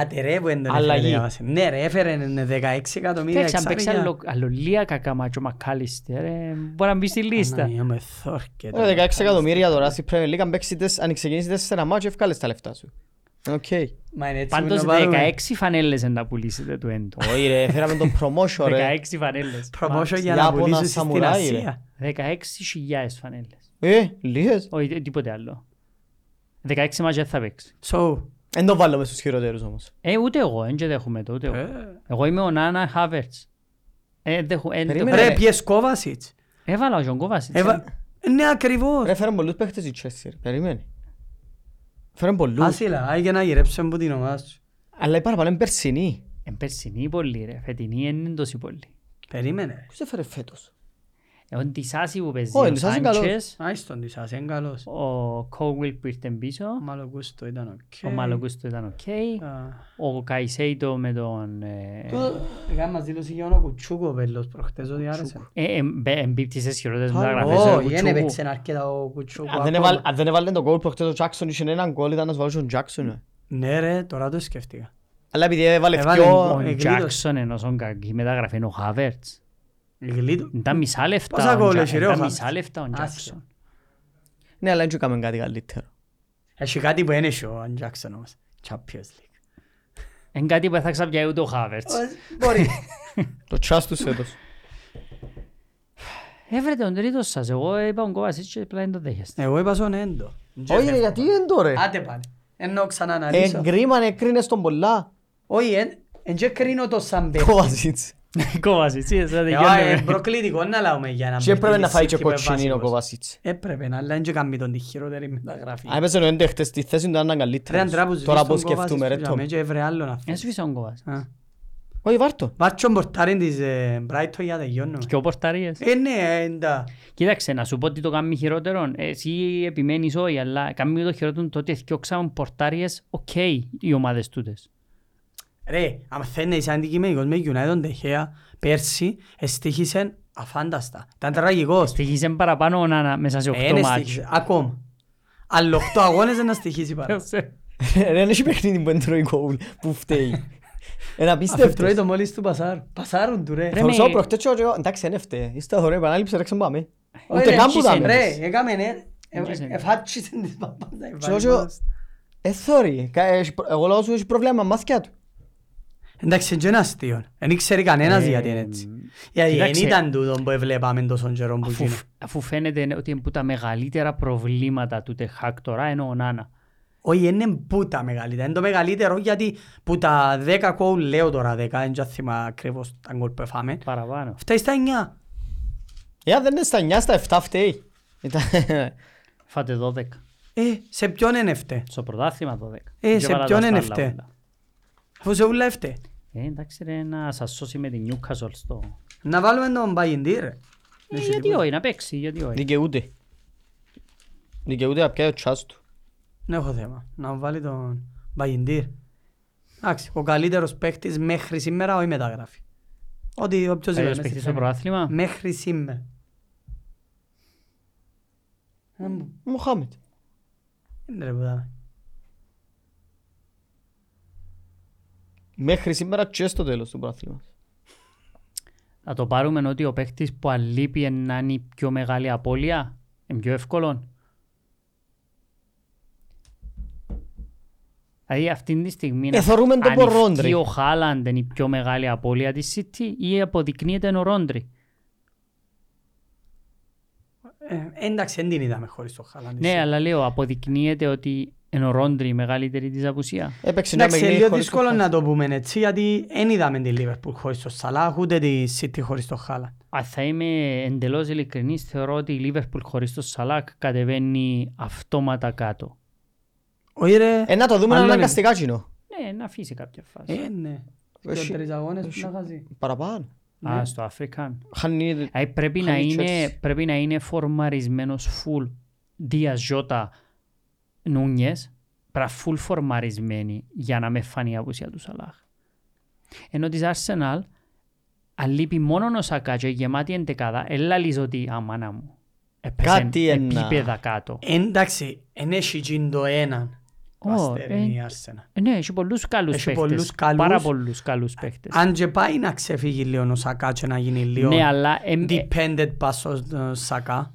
B: Άτε ρε που δεν τον
C: Αλλαγή.
B: έφερε για βασικό. Ναι ρε, έφερε 16 εκατομμύρια
A: Εντάξει, αν παίξει
B: εξάρια.
A: αλλο- αλλολία κακά μάτσο Μακάλιστερ, ε, μπορεί να μπει στη λίστα.
B: Ανανία με θόρκε.
C: Ρε 16 εκατομμύρια τώρα στην Premier League αν παίξεις τεσ- αν ξεκινήσεις τέσσερα μάτια ευκάλες τα λεφτά σου. Οκ.
B: Μα είναι έτσι που
A: Πάντως
B: το πάρουμε.
A: 16 φανέλες να πουλήσετε του έντο.
C: Όχι ρε, έφεραμε τον promotion ρε.
A: 16 φανέλες.
B: Προμόσιο για να
C: Ιάπωνας
B: πουλήσεις στην
C: σαμουράι,
B: Ασία.
A: 16.000 φανέλες.
C: Ε, λίγες.
A: Όχι, ε, τίποτε άλλο. 16 μάτια δεν θα παίξει.
B: So,
C: Δεν το βάλω μες στους χειροτέρους όμως.
A: Ε, ούτε εγώ, δεν και δέχομαι το, ούτε εγώ.
B: ε,
A: Εγώ είμαι ο Νάνα Χάβερτς. Ε, δέχω, ε,
C: Περίμενε,
A: δέχω-
B: ρε
C: ρε.
B: πιες Κόβασιτς.
A: Έβαλα ο Γιον Κόβασιτς.
B: Εβα- Ναι ακριβώς.
A: Ε,
C: Ρε φέραν πολλούς παίχτες η Chelsea ρε. Περίμενε. Φέραν πολλούς.
B: Άσυλα, άγιε να γυρέψουν που την ομάδα σου.
C: Αλλά η παραπάνω είναι περσινή.
A: Εν περσινή πολύ ρε, φετινή εν είναι τόσο πολύ.
B: Περίμενε.
C: Ποιος έφερε φέτος.
A: Ε, Ο Ντισάση που παίζει,
C: Ω,
A: ο
C: Ντισάση καλός.
A: Σάντσες,
B: Άις τον της Ασία, είναι καλός.
A: ο Κόουιλ που ήρθε πίσω,
B: Ο Μαλοκούστο ήταν οκ.
A: ο Μαλοκούστο ήταν οκ,
B: Α.
A: ο Καϊσέιτο με τον... ε,
B: Έκανα μας δήλωση για τον Κουτσούκο πέλος προχτές ότι άρεσε.
A: ε, εμ- μπε- Εμπίπτει σε σχηρότερες
C: Άρα,
A: μεταγραφές. ο
B: Όχι, δεν
A: Κουτσούκου.
B: έπαιξε αρκετά ο Κουτσούκο.
C: Αν δεν
B: ακόμα.
C: έβαλε- αν δεν έβαλε τον κόλ προχτές ο Τζάκσον είχε έναν κόλ ήταν να σου βάλει τον Τζάκσον. ε.
B: Ναι ρε, τώρα το σκέφτηκα.
C: Αλλά επειδή έβαλε
B: Έβαλε
C: δυο...
B: γκολ.
A: Ο
B: εγκλείδωσε.
A: Τζάκσον ενός ο κακή μεταγραφή είναι ο Χάβερτς.
B: Γλίτω.
A: Ήταν μισά λεφτά
B: Πόσα
A: ο
B: γκολ
A: Τζα-
B: έχει, ρε, ο
A: ήταν
B: Χάβερτς.
A: μισά λεφτά ο
B: Άσχετο.
A: Τζάκσον.
C: Ναι, αλλά δεν έκαμε κάτι καλύτερο.
B: Έχει κάτι που ένεχε ο Αν Τζάκσον όμως. Champions League.
A: Είναι κάτι που δεν θα ξαπιάει ούτε ο Χάβερτς.
B: Μπορεί.
C: Το τσάς τους φέτος.
A: Έβρετε τον τρίτος σας. Εγώ είπα ο Κόβας έτσι και απλά δεν το δέχεστε.
B: Εγώ είπα στον Έντο.
C: Όχι ρε, γιατί είναι τώρα.
B: Άτε πάλι. Ενώ ξανααναλύσω.
C: Εγκρίμανε, έκρινες Ε, τον πολλά.
B: Όχι, εν- εν και κρίνω το σαν παίχτη.
C: Κοβασίτς.
A: Κόβας έτσι, εσάς δεν
B: Ε,
A: γιώνετε
B: ε,
A: με.
B: Προκλητικό να λάβουμε για έναν
C: Και έπρεπε
B: παίχτη
C: να
B: της
C: φάει και
B: City που είναι
C: κοτσινίνο ο
B: βασικός.
C: Κοβασίτς.
B: Έπρεπε να αλλά δεν και κάνει τον τη χειρότερη μεταγραφή.
C: Αν έπαιζε ο Έντε χτες τη θέση του ήταν
B: ε. Ρε
C: καλύτερος.
B: Αντρά που ζητείς τον Κοβάσιτς
C: ε, Τώρα που σκεφτούμε ρε Ε,
B: που
C: το.
B: τζαμί και έβρε άλλο να φέρει.
A: Έσβησε ο Κόβας.
B: Α.
C: Όχι βάρτο.
B: Βάτσο μπορτάριν της ε, Brighton για τελειώνουμε.
A: Και ο Πορταρίες.
B: Ε, ναι, εντά.
A: Κοίταξε, να σου πω τι το κάνει χειρότερο. Εσύ επιμένεις όχι, αλλά κάνει το χειρότερο το ότι εθιώξαν πορτάριες οκ οι ομάδες τούτες.
B: Ρε, αν θέλει να είσαι αντικειμενικός με United De Gea, πέρσι εστίχησε αφάνταστα. Ήταν τραγικός.
A: Στοιχίζεν παραπάνω ο Νάνα μέσα σε
B: Ε,
A: 8
B: εν
A: μάτσο.
B: εστίχησε. Ακόμα. Αλλά 8 αγώνες δεν να στοιχήσει παρά.
C: Ρε, δεν έχει παιχνίδι που δεν τρώει γκολ, που φταίει. Ε, Είναι απίστευτο.
B: Τρώει το μόλις του πασάρ. Πασάρουν του ρε.
A: Ρε,
C: Θεωρούσα
A: με-
C: προχτές και εγώ, εντάξει δεν έφταιγε. Είστε εδώ ρε, επανάληψε ρε ξεμπάμε.
B: Ωε,
C: Ούτε
B: ρε,
C: καν που
B: χτίσεν,
C: δάμε.
B: Ρε, έκαμε ναι.
A: Χτίσεν.
B: Εφάτσισαν τις παπάς. τα
C: Ξέρω,
B: εβάλει
C: ξέρω.
B: μόνος.
C: Ε, sorry. Κα- έχει προ- Εγώ λόγω σου έχει προβλέμα μάθηκια του.
B: Εντάξει, είναι ένα αστείο. Δεν ήξερε κανένας γιατί είναι έτσι. Γιατί δεν
A: κοίταξε.
B: ήταν τούτο που έβλεπαμε τόσο καιρό που
A: Αφού,
B: γίνε.
A: αφού φαίνεται ότι είναι που τα μεγαλύτερα προβλήματα του Τεχάκ τώρα είναι ο Νάνα.
B: Όχι, είναι που τα μεγαλύτερα. Είναι το μεγαλύτερο γιατί που τα 10 κόου λέω τώρα 10, δεν ξέρω θυμά ακριβώς τα γκολ που έφαμε.
A: Παραπάνω.
B: Φτάει στα 9.
C: Ε, αν δεν είναι στα 9, στα 7 φταίει. Ήταν-
A: Φάτε 12.
B: Ε, σε ποιον είναι εφτέ.
A: Στο πρωτάθλημα 12.
B: Ε,
A: Και
B: σε
A: βάλα τα
B: ποιον
A: στα
B: είναι
A: άλλα
B: φταίει.
A: όλα.
B: Αφού σε ούλα εφτέ.
A: Ε, εντάξει ρε, να σας σώσει με τη Newcastle στο...
B: Να βάλουμε τον Μπαγιντή ρε.
A: Ε, γιατί όχι, να παίξει, γιατί όχι.
C: Δικαιούται. Δικαιούται να πιάει ο τσάς του.
B: Δεν Ναι, έχω θέμα. Να βάλει τον Μπαγιντή. Εντάξει, ο καλύτερος παίχτης μέχρι σήμερα όχι μεταγράφει. Ό,τι όποιος
A: Καλός
B: μέσα στη
A: παίκτης Ε, στο
B: Premier.
A: πρωτάθλημα.
B: Μέχρι σήμερα. Ε, μου-
C: Μοχάμετ.
B: είναι ρε που τα-
C: Μέχρι σήμερα και στο τέλος του πρωταθλήματος.
A: Θα το πάρουμε ότι ο παίχτης που αλείπει εν να είναι η πιο μεγάλη απώλεια, είναι πιο εύκολο. Δηλαδή αυτή τη στιγμή
C: Ε, θεωρούμε τον
A: αν
C: Πορ
A: ευκεί
C: Ρόντρι.
A: ο Χάλαντ είναι η πιο μεγάλη απώλεια της City ή αποδεικνύεται ο Ρόντρι.
B: Ε, Εντάξει, δεν την είδαμε χωρίς τον Χάλαντ.
A: Ναι, αλλά λέω Ναι, αποδεικνύεται ότι Εν ο Ρόντρι η μεγαλύτερη της απουσία.
C: Έπαιξε ένα
B: Εντάξει, είναι
C: παιχνίδι
B: λίγο
C: χωρίς
B: δύσκολο
C: τον
B: να το πούμε έτσι, γιατί δεν είδαμε τη Λίβερπουλ χωρίς τον Σαλάχ, ούτε τη City χωρίς τον Χάλα.
A: Αν θα είμαι εντελώς ειλικρινής, θεωρώ ότι η Λίβερπουλ χωρίς το Σαλάκ κατεβαίνει αυτόματα κάτω.
B: Όχι ρε.
C: Ε, να το δούμε
B: Άλλο είναι.
C: αναγκαστικά κοινό.
A: Ναι, να αφήσει κάποια φάση.
B: Ε, ναι.
C: Έχει-
B: Πιο τρεις αγώνες που να χαζεί.
C: Παραπάνω. ναι.
A: Α, στο Αφρικάν.
C: Χάνει...
A: Ε, πρέπει, να
C: Χάνει η
A: είναι,
C: Chelsea.
A: πρέπει να είναι φορμαρισμένος φουλ Δίας Ζώτα Νούνιες, πρα φουλ φορμαρισμένοι για να με φανεί η απουσία του Σαλάχ. Ενώ της Arsenal, αν λείπει μόνο ο Σακά και γεμάτη εντεκάδα, έλα λες ότι αμάνα μου. Έπαιζε
C: Κάτι ένα.
A: επίπεδα κάτω.
B: Ε, Εντάξει, εν έχει γίνει το έναν. Το
A: Ω,
B: αστέρι
A: ε,
B: είναι η Arsenal.
A: Ε, Ναι, έχει πολλούς καλούς
B: Έχει
A: παίχτες.
B: πολλούς καλούς.
A: Πάρα πολλούς καλούς παίχτες.
B: Αν και πάει να ξεφύγει λίγο ο Σακά και να γίνει λίγο
A: Ναι, αλλά εμ- ε,
B: dependent πας στον Σακά,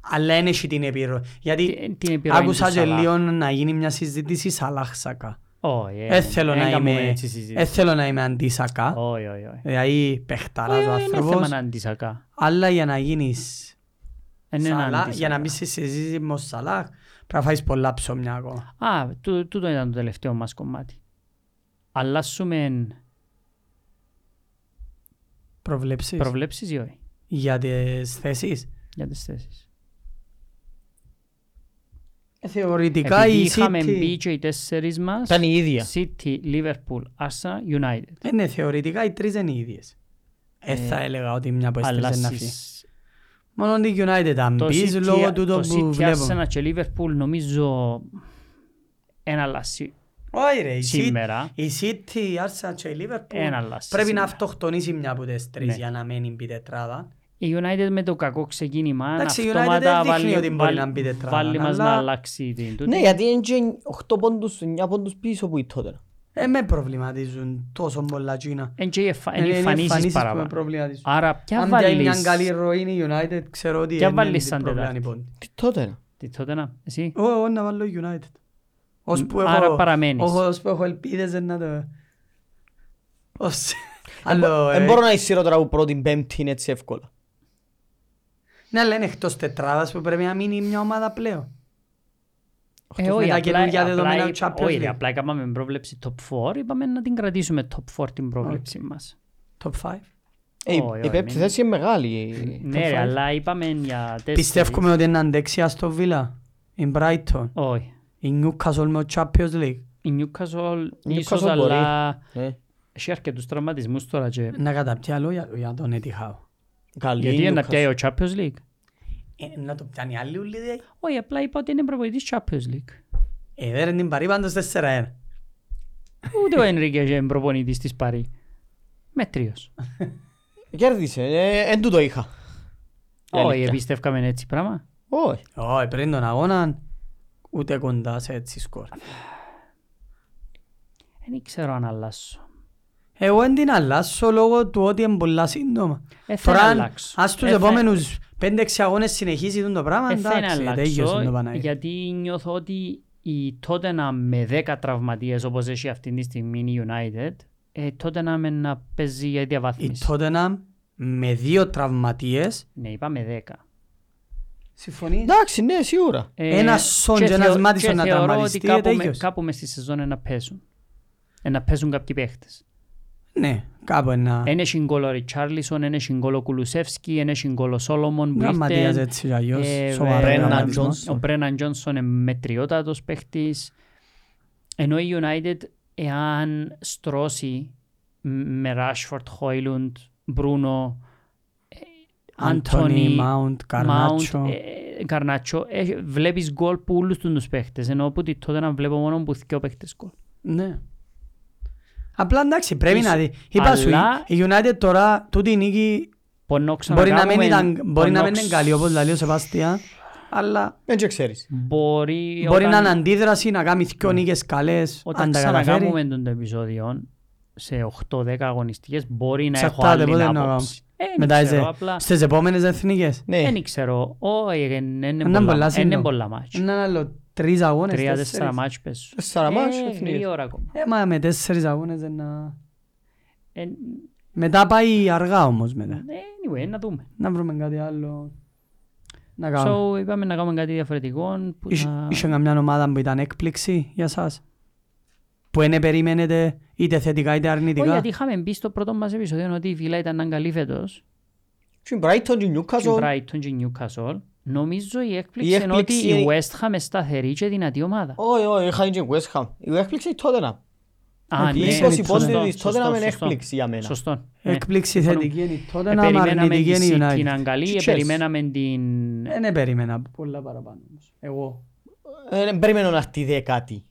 B: αλλά δεν έχει την επιρροή. Γιατί
A: τι- ε, την επιρροή του
B: άκουσα και
A: Σαλάχ.
B: λίγο να γίνει μια συζήτηση Σαλάχ Σακά.
A: Όχι, ε,
B: Δεν θέλω
A: δεν
B: να
A: κάνουμε
B: είμαι-
A: έτσι συζήτηση.
B: δεν θέλω να είμαι αντί Σακά.
A: Όχι, όχι, όχι.
B: Δηλαδή παιχταράς ο
A: Ε, Είναι θέμα
B: άνθρωπος,
A: να αντισακά.
B: αλλά για να γίνεις
A: Είναι ένα
B: Σαλάχ,
A: αντισακά.
B: για να μπεις σε συζήτηση με τον Σαλάχ, πρέπει να φάεις πολλά ψωμιά ακόμα.
A: Α, τού- τούτο ήταν το τελευταίο μας κομμάτι. Αλλάσουμε
B: Προβλέψεις
A: προβλέψεις ή όχι
B: για τις θέσεις.
A: για τις θέσεις.
B: Ε, Θεωρητικά
A: Επειδή
B: η
A: είχαμε μπει
B: City...
A: και οι τέσσερις μας,
C: Ήταν η ίδια.
A: City, Liverpool, Arsenal, United.
B: Ε, Ναι, θεωρητικά οι τρεις είναι οι ίδιες. Ε, θα έλεγα ότι μια από τις τρεις
A: Αλλά
B: είναι να φύγει.
A: στις-
B: Μόνο τη United αν
A: το
B: μπεις λόγω
A: City,
B: του
A: το
B: το που
A: City,
B: βλέπω.
A: Arsenal και Liverpool νομίζω ένα αλλάσσει
B: Όχι ρε, η City,
A: σήμερα.
B: η City, η Arsenal και η Liverpool
A: Ένα αλλάσσει
B: πρέπει να
A: σήμερα.
B: αυτοκτονήσει μια από τις
A: Ναι.
B: τρεις για να μένει μπει τετράδα.
A: Η United με το κακό ξεκίνημα
B: Εντάξει, η United
A: αυτόματα
B: δεν δείχνει
A: βάλει,
B: ότι μπορεί να
A: βάλει-
B: μπει τετράδα,
A: βάλει μας
B: αλλά-
A: να αλλάξει την τούτη.
C: Ναι, γιατί είναι 8 πόντους, 9 πόντους πίσω που η τότε.
B: Ε, με προβληματίζουν τόσο πολλά Κίνα.
A: Εν και οι εφα- εν οι
B: Ε, Ναι, Είναι
A: εμφανίσεις
B: που με
A: παραπάνω.
B: προβληματίζουν.
A: Άρα ποια
B: Αν βάλεις... μια
A: βάλεις...
B: καλή ροή είναι η United, ξέρω ότι
A: Ποια
B: είναι
A: βάλεις
B: την λοιπόν.
A: σαν
B: προβλάνη
A: τετάρτη?
B: πόντη.
C: Τι τότε.
A: Τι τότε να, εσύ.
B: Ω, Εγώ να βάλω United. Ως που
A: Άρα
B: έχω,
A: παραμένεις.
B: έχω- ως που έχω ελπίδες δεν να το... Ως... Άλλο,
C: Δεν
B: ε,
C: μπορώ να εισήρω τώρα που πρώτη πέμπτη είναι έτσι εύκολα.
B: ναι, αλλά είναι εκτός τετράδας που πρέπει να μείνει μια ομάδα πλέον.
A: Ε,
B: με
A: όχι,
B: τα
A: απλά,
B: καινούργια
A: απλά,
B: δεδομένα
A: είπα-
B: Champions
A: όχι, ρε,
B: League.
A: απλά έκαναμε πρόβλεψη top 4, είπαμε να την κρατήσουμε top 4 την πρόβλεψη μας.
B: Top 5.
C: Ε, η-
A: Όχι,
C: Η
A: όχι,
C: πέμπτη
A: μην-
C: θέση είναι μεγάλη.
A: Ναι, ρε, αλλά είπαμε για
B: Ε,
A: τέσσερις.
B: Πιστεύουμε ότι είναι αντέξει στο Villa, η Brighton,
A: Όχι.
B: η Newcastle με το Champions League.
A: Η Newcastle
C: Η
A: ίσως,
C: Newcastle μπορεί.
A: αλλά
C: Ε,
A: έχει αρκετούς τραυματισμούς τώρα και...
B: Να καταπιά λόγια για τον Etihad.
C: Καλή
A: Γιατί είναι να
C: Newcastle.
A: πιάει ο Champions League.
B: Ε, Να το πιάνει άλλη ουλή, δε.
A: Όχι, απλά είπα ότι είναι προπονητής Champions League.
B: Ε, δεν είναι την παρή πάντως 4-1.
A: Ούτε ο Ενρίκες είναι προπονητής της Παρή. Μέτριος.
C: Κέρδισε, ε, εν τούτο είχα. Η
A: Όχι,
C: αλήθεια.
A: εμπιστεύκαμε έτσι πράγμα.
C: Όχι.
B: Όχι, πριν τον αγώνα, ούτε κοντά σε έτσι σκορ.
A: Ε, Δεν ξέρω αν αλλάσω.
B: Εγώ δεν την αλλάσω λόγω του ότι είναι πολλά σύντομα.
A: Ε, θα
B: Τώρα, αν-
A: αλλάξω.
B: ας τους
A: Ε, θα-
B: επόμενους 5-6 αγώνες συνεχίζει τον το πράγμα,
A: Ε, θα να
B: εντάξει, τέλειωσε το
A: αλλάξω,
B: Παναγία.
A: γιατί νιώθω ότι η τότε να με 10 τραυματίες όπως έχει αυτή τη στιγμή η United, ε, τότε να με να παίζει για
B: Η
A: διαβάθμιση.
B: Tottenham με δύο τραυματίες,
A: Ναι, είπαμε 10.
B: συμφωνείς,
C: Εντάξει, ναι, σίγουρα.
A: Ε,
B: Ένας Son
A: και
B: και ένας
A: θεω-
B: Madison
A: και
B: να
A: θεωρώ
B: τραυματιστεί,
A: ότι κάπου, με,
B: τέλειωσε.
A: κάπου μες στη σεζόν να παίζουν. Ε, Να παίζουν κάποιοι παίχτες.
B: ναι, κάπου ένα
A: Ένα συγκόλο ο Ριτσάρλισον, ένα συγκόλο Κουλουσεύσκι, ένα συγκόλο Σόλομον που
B: τραυματίας
A: ήρθε.
B: έτσι κι αλλιώς,
A: Ε,
B: σοβαρό
A: ε,
C: Brennan
B: τραυματισμό.
A: Ο
C: Johnson.
A: Μπρέναν Τζόνσον είναι μετριότατος παίχτης. Ενώ η United, εάν στρώσει με Rashford, ε, Χόιλουντ, Μπρούνο,
B: Anthony,
A: Αντώνι,
B: Mount, e- Καρνάτσο.
A: Καρνάτσο, ε, βλέπεις γκολ που όλους τους παίχτες. Ενώ που τη τότε να βλέπω μόνο που δυο παίχτες γκολ.
B: Ναι. Απλά εντάξει, πρέπει να δει. Είπα σου,
A: Αλλά-
B: η United τώρα, τούτη η νίκη
A: Πονώ
B: Μπορεί να
A: ξανακάμουμε,
B: μην ήταν- μπορεί να μην
A: πονώ
B: είναι καλή όπως λέει ο Σεβάστιαν, αλλά
C: Δεν και ξέρεις.
A: Μπορεί,
B: μπορεί να
A: όταν- Ναι.
B: είναι αντίδραση, να κάνει δυο νίκες καλές,
A: Όταν
B: αν τα καταφέρει.
A: ξανακάμουμε τον επεισόδιο σε 8-10 αγωνιστικές μπορεί να έχω
B: Εξαρτάται
A: άλλη
B: πότε να
A: άποψη. Ε,
B: κάνουμε.
A: εν
B: Μετά
A: ξέρω,
B: είσαι-
A: απλά
B: στις επόμενες εθνικές.
C: Ναι,
A: δεν ξέρω. ε, Όχι, εν- εν-
B: Είναι
A: εν-
B: πολλά
A: πολλά- εν- εν-
B: σύντομα.
A: πολλά μάτς.
B: Είναι άλλο τρεις αγώνες,
A: Τρία-τέσσερα
B: τέσσερις.
A: μάτς πες. Ε,
C: Τέσσερα μάτς, εθνικές.
A: Λίγη ώρα ακόμα.
B: Ε, μα με τέσσερις αγώνες δεν να...
A: Ε,
B: Μετά πάει αργά όμως μετά.
A: Anyway, να δούμε.
B: Να βρούμε κάτι άλλο. να κάνουμε.
A: So, ε, είπαμε να κάνουμε κάτι διαφορετικό. Που
B: Είσ-
A: να...
B: Είχε καμιά ομάδα που ήταν έκπληξη για σας. Που δεν περιμένετε είτε θετικά είτε αρνητικά.
A: Όχι, γιατί είχαμε μπει στο πρώτο μας επεισόδιο ότι η Βίλα ήταν αγκαλή φέτος.
C: Την Brighton, την
A: Την
C: Newcastle.
A: Brighton και η Newcastle. Νομίζω η
C: Η
A: έκπληξη είναι ότι
C: έκπληξη
A: η
C: είναι-
A: West Ham είναι σταθερή και δυνατή ομάδα.
C: Όχι, όχι, είχα την West Ham. Η έκπληξη η Tottenham.
A: Α,
B: έκπληξη
A: ναι,
B: είναι η
A: σωστό,
C: Tottenham. Η
A: σωστό,
C: Tottenham είναι
A: σωστό.
C: έκπληξη για μένα.
A: Σωστό. ναι.
B: Έκπληξη
A: Συμφωνώ.
B: θετική είναι η
A: Ε,
B: Tottenham,
A: Περιμέναμε
B: αρνητική
A: τη
B: είναι η
A: City
B: United.
A: να
C: Και
A: καλή,
C: Chelsea.
A: περιμέναμε την...
B: Ε, Δεν περίμενα πολλά παραπάνω. όμως. Εγώ.
C: Ε, Δεν περίμενα να έρθει η δεκάτη.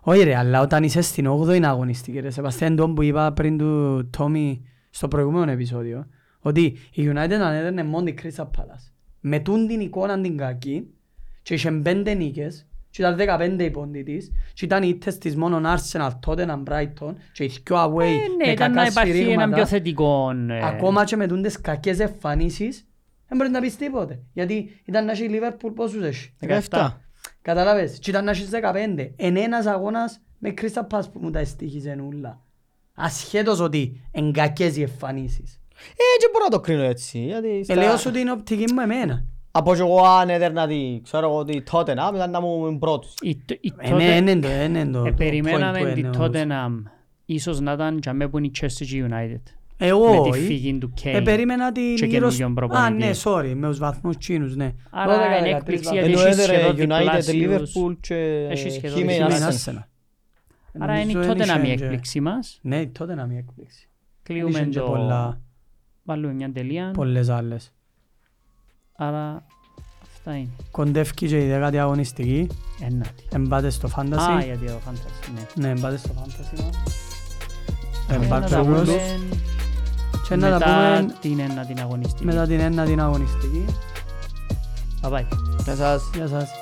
B: Όχι ρε, αλλά όταν είσαι στην 8η αγωνιστική ρε Σεβαστέν τον που είπα πριν του Τόμι στο προηγούμενο επεισόδιο ότι η United ανέδερνε μόνο την Crystal Palace. Με τούν την εικόνα την κακή και είχε πέντε νίκες και ήταν 15 οι πόντοι της και ήταν οι ήττες της μόνον Arsenal, Tottenham, Brighton και οι δυο away
A: Ε, Ναι,
B: με
A: ήταν να
B: κακά
A: υπάρχει ένα πιο
B: σφυρίγματα.
A: θετικό... ε,
B: Ακόμα και με τούν τις κακές εμφανίσεις δεν μπορείς να πεις τίποτε. Γιατί ήταν να έχει η Liverpool πόσους έχει.
A: Ε, 17.
B: Καταλάβες, και ήταν να έχεις 15. Εν ένας αγώνας με κρίστα πας που μου τα εστίχιζε όλα. Ασχέτως ότι εν κακές οι εμφανίσεις.
C: Ε, δεν μπορώ να το κρίνω έτσι. Γιατί
B: Ε,
C: στα-
B: λέω σου την οπτική μου εμένα.
C: Από κι εγώ αν έδερνα τη, ξέρω εγώ, τη Tottenham, ήταν να μου πρώτος.
A: η- η
B: Ε,
A: Tottenham-
B: ναι, είναι το, ε, ναι, το-
A: Ε,
B: το point ναι,
A: Περιμέναμε
B: που
A: την
B: εννοούσα.
A: Tottenham ίσως να ήταν και αμέ που είναι η Chelsea και η United.
B: Εγώ,
A: με τη
B: ε,
A: φυγή του Kane
B: ε, περίμενα την
A: και
B: γύρω σ-
A: καινούριον
B: Α,
A: προπονητή.
B: ναι, sorry, με τους βαθμούς τσίνους, ναι.
A: Άρα
B: 12,
A: είναι
B: 13
A: έκπληξη
B: βαθμούς.
A: γιατί
C: Ενώ
A: έχεις
C: έδερε
A: σχεδόν
C: United,
A: διπλάσιους.
C: Liverpool και
A: Έχεις σχεδόν
C: Χίμεν
A: διπλάσιους.
B: Χίμεν
C: Arsenal.
B: Arsenal.
A: Άρα είναι η
B: Νομίζω εν
A: Tottenham η
B: είχε και-
A: έκπληξη μας.
B: Ναι, τότε να μην έκπληξη. Εν
A: Κλείουμε
B: είχε και
A: το...
B: πολλά-
A: Βάλουμε μια τελεία.
B: πολλές άλλες.
A: Άρα αυτά είναι.
B: Κοντεύκει και η δεκάτη αγωνιστική.
A: Ένατη.
B: Εμπάτε στο
A: Α,
B: φάνταση.
A: γιατί ο Fantasy, ναι.
B: Ναι, εμπάτε στο φάνταση.
A: Ε, να
B: Εμπάτε
A: τα
B: Euros.
A: πούμε
B: Και Ε, να τα
A: μετά
B: πούμε
A: την ένατη αγωνιστική.
B: μετά την ένα την αγωνιστική.
A: Bye bye.
C: Γεια σας.
B: Γεια σας.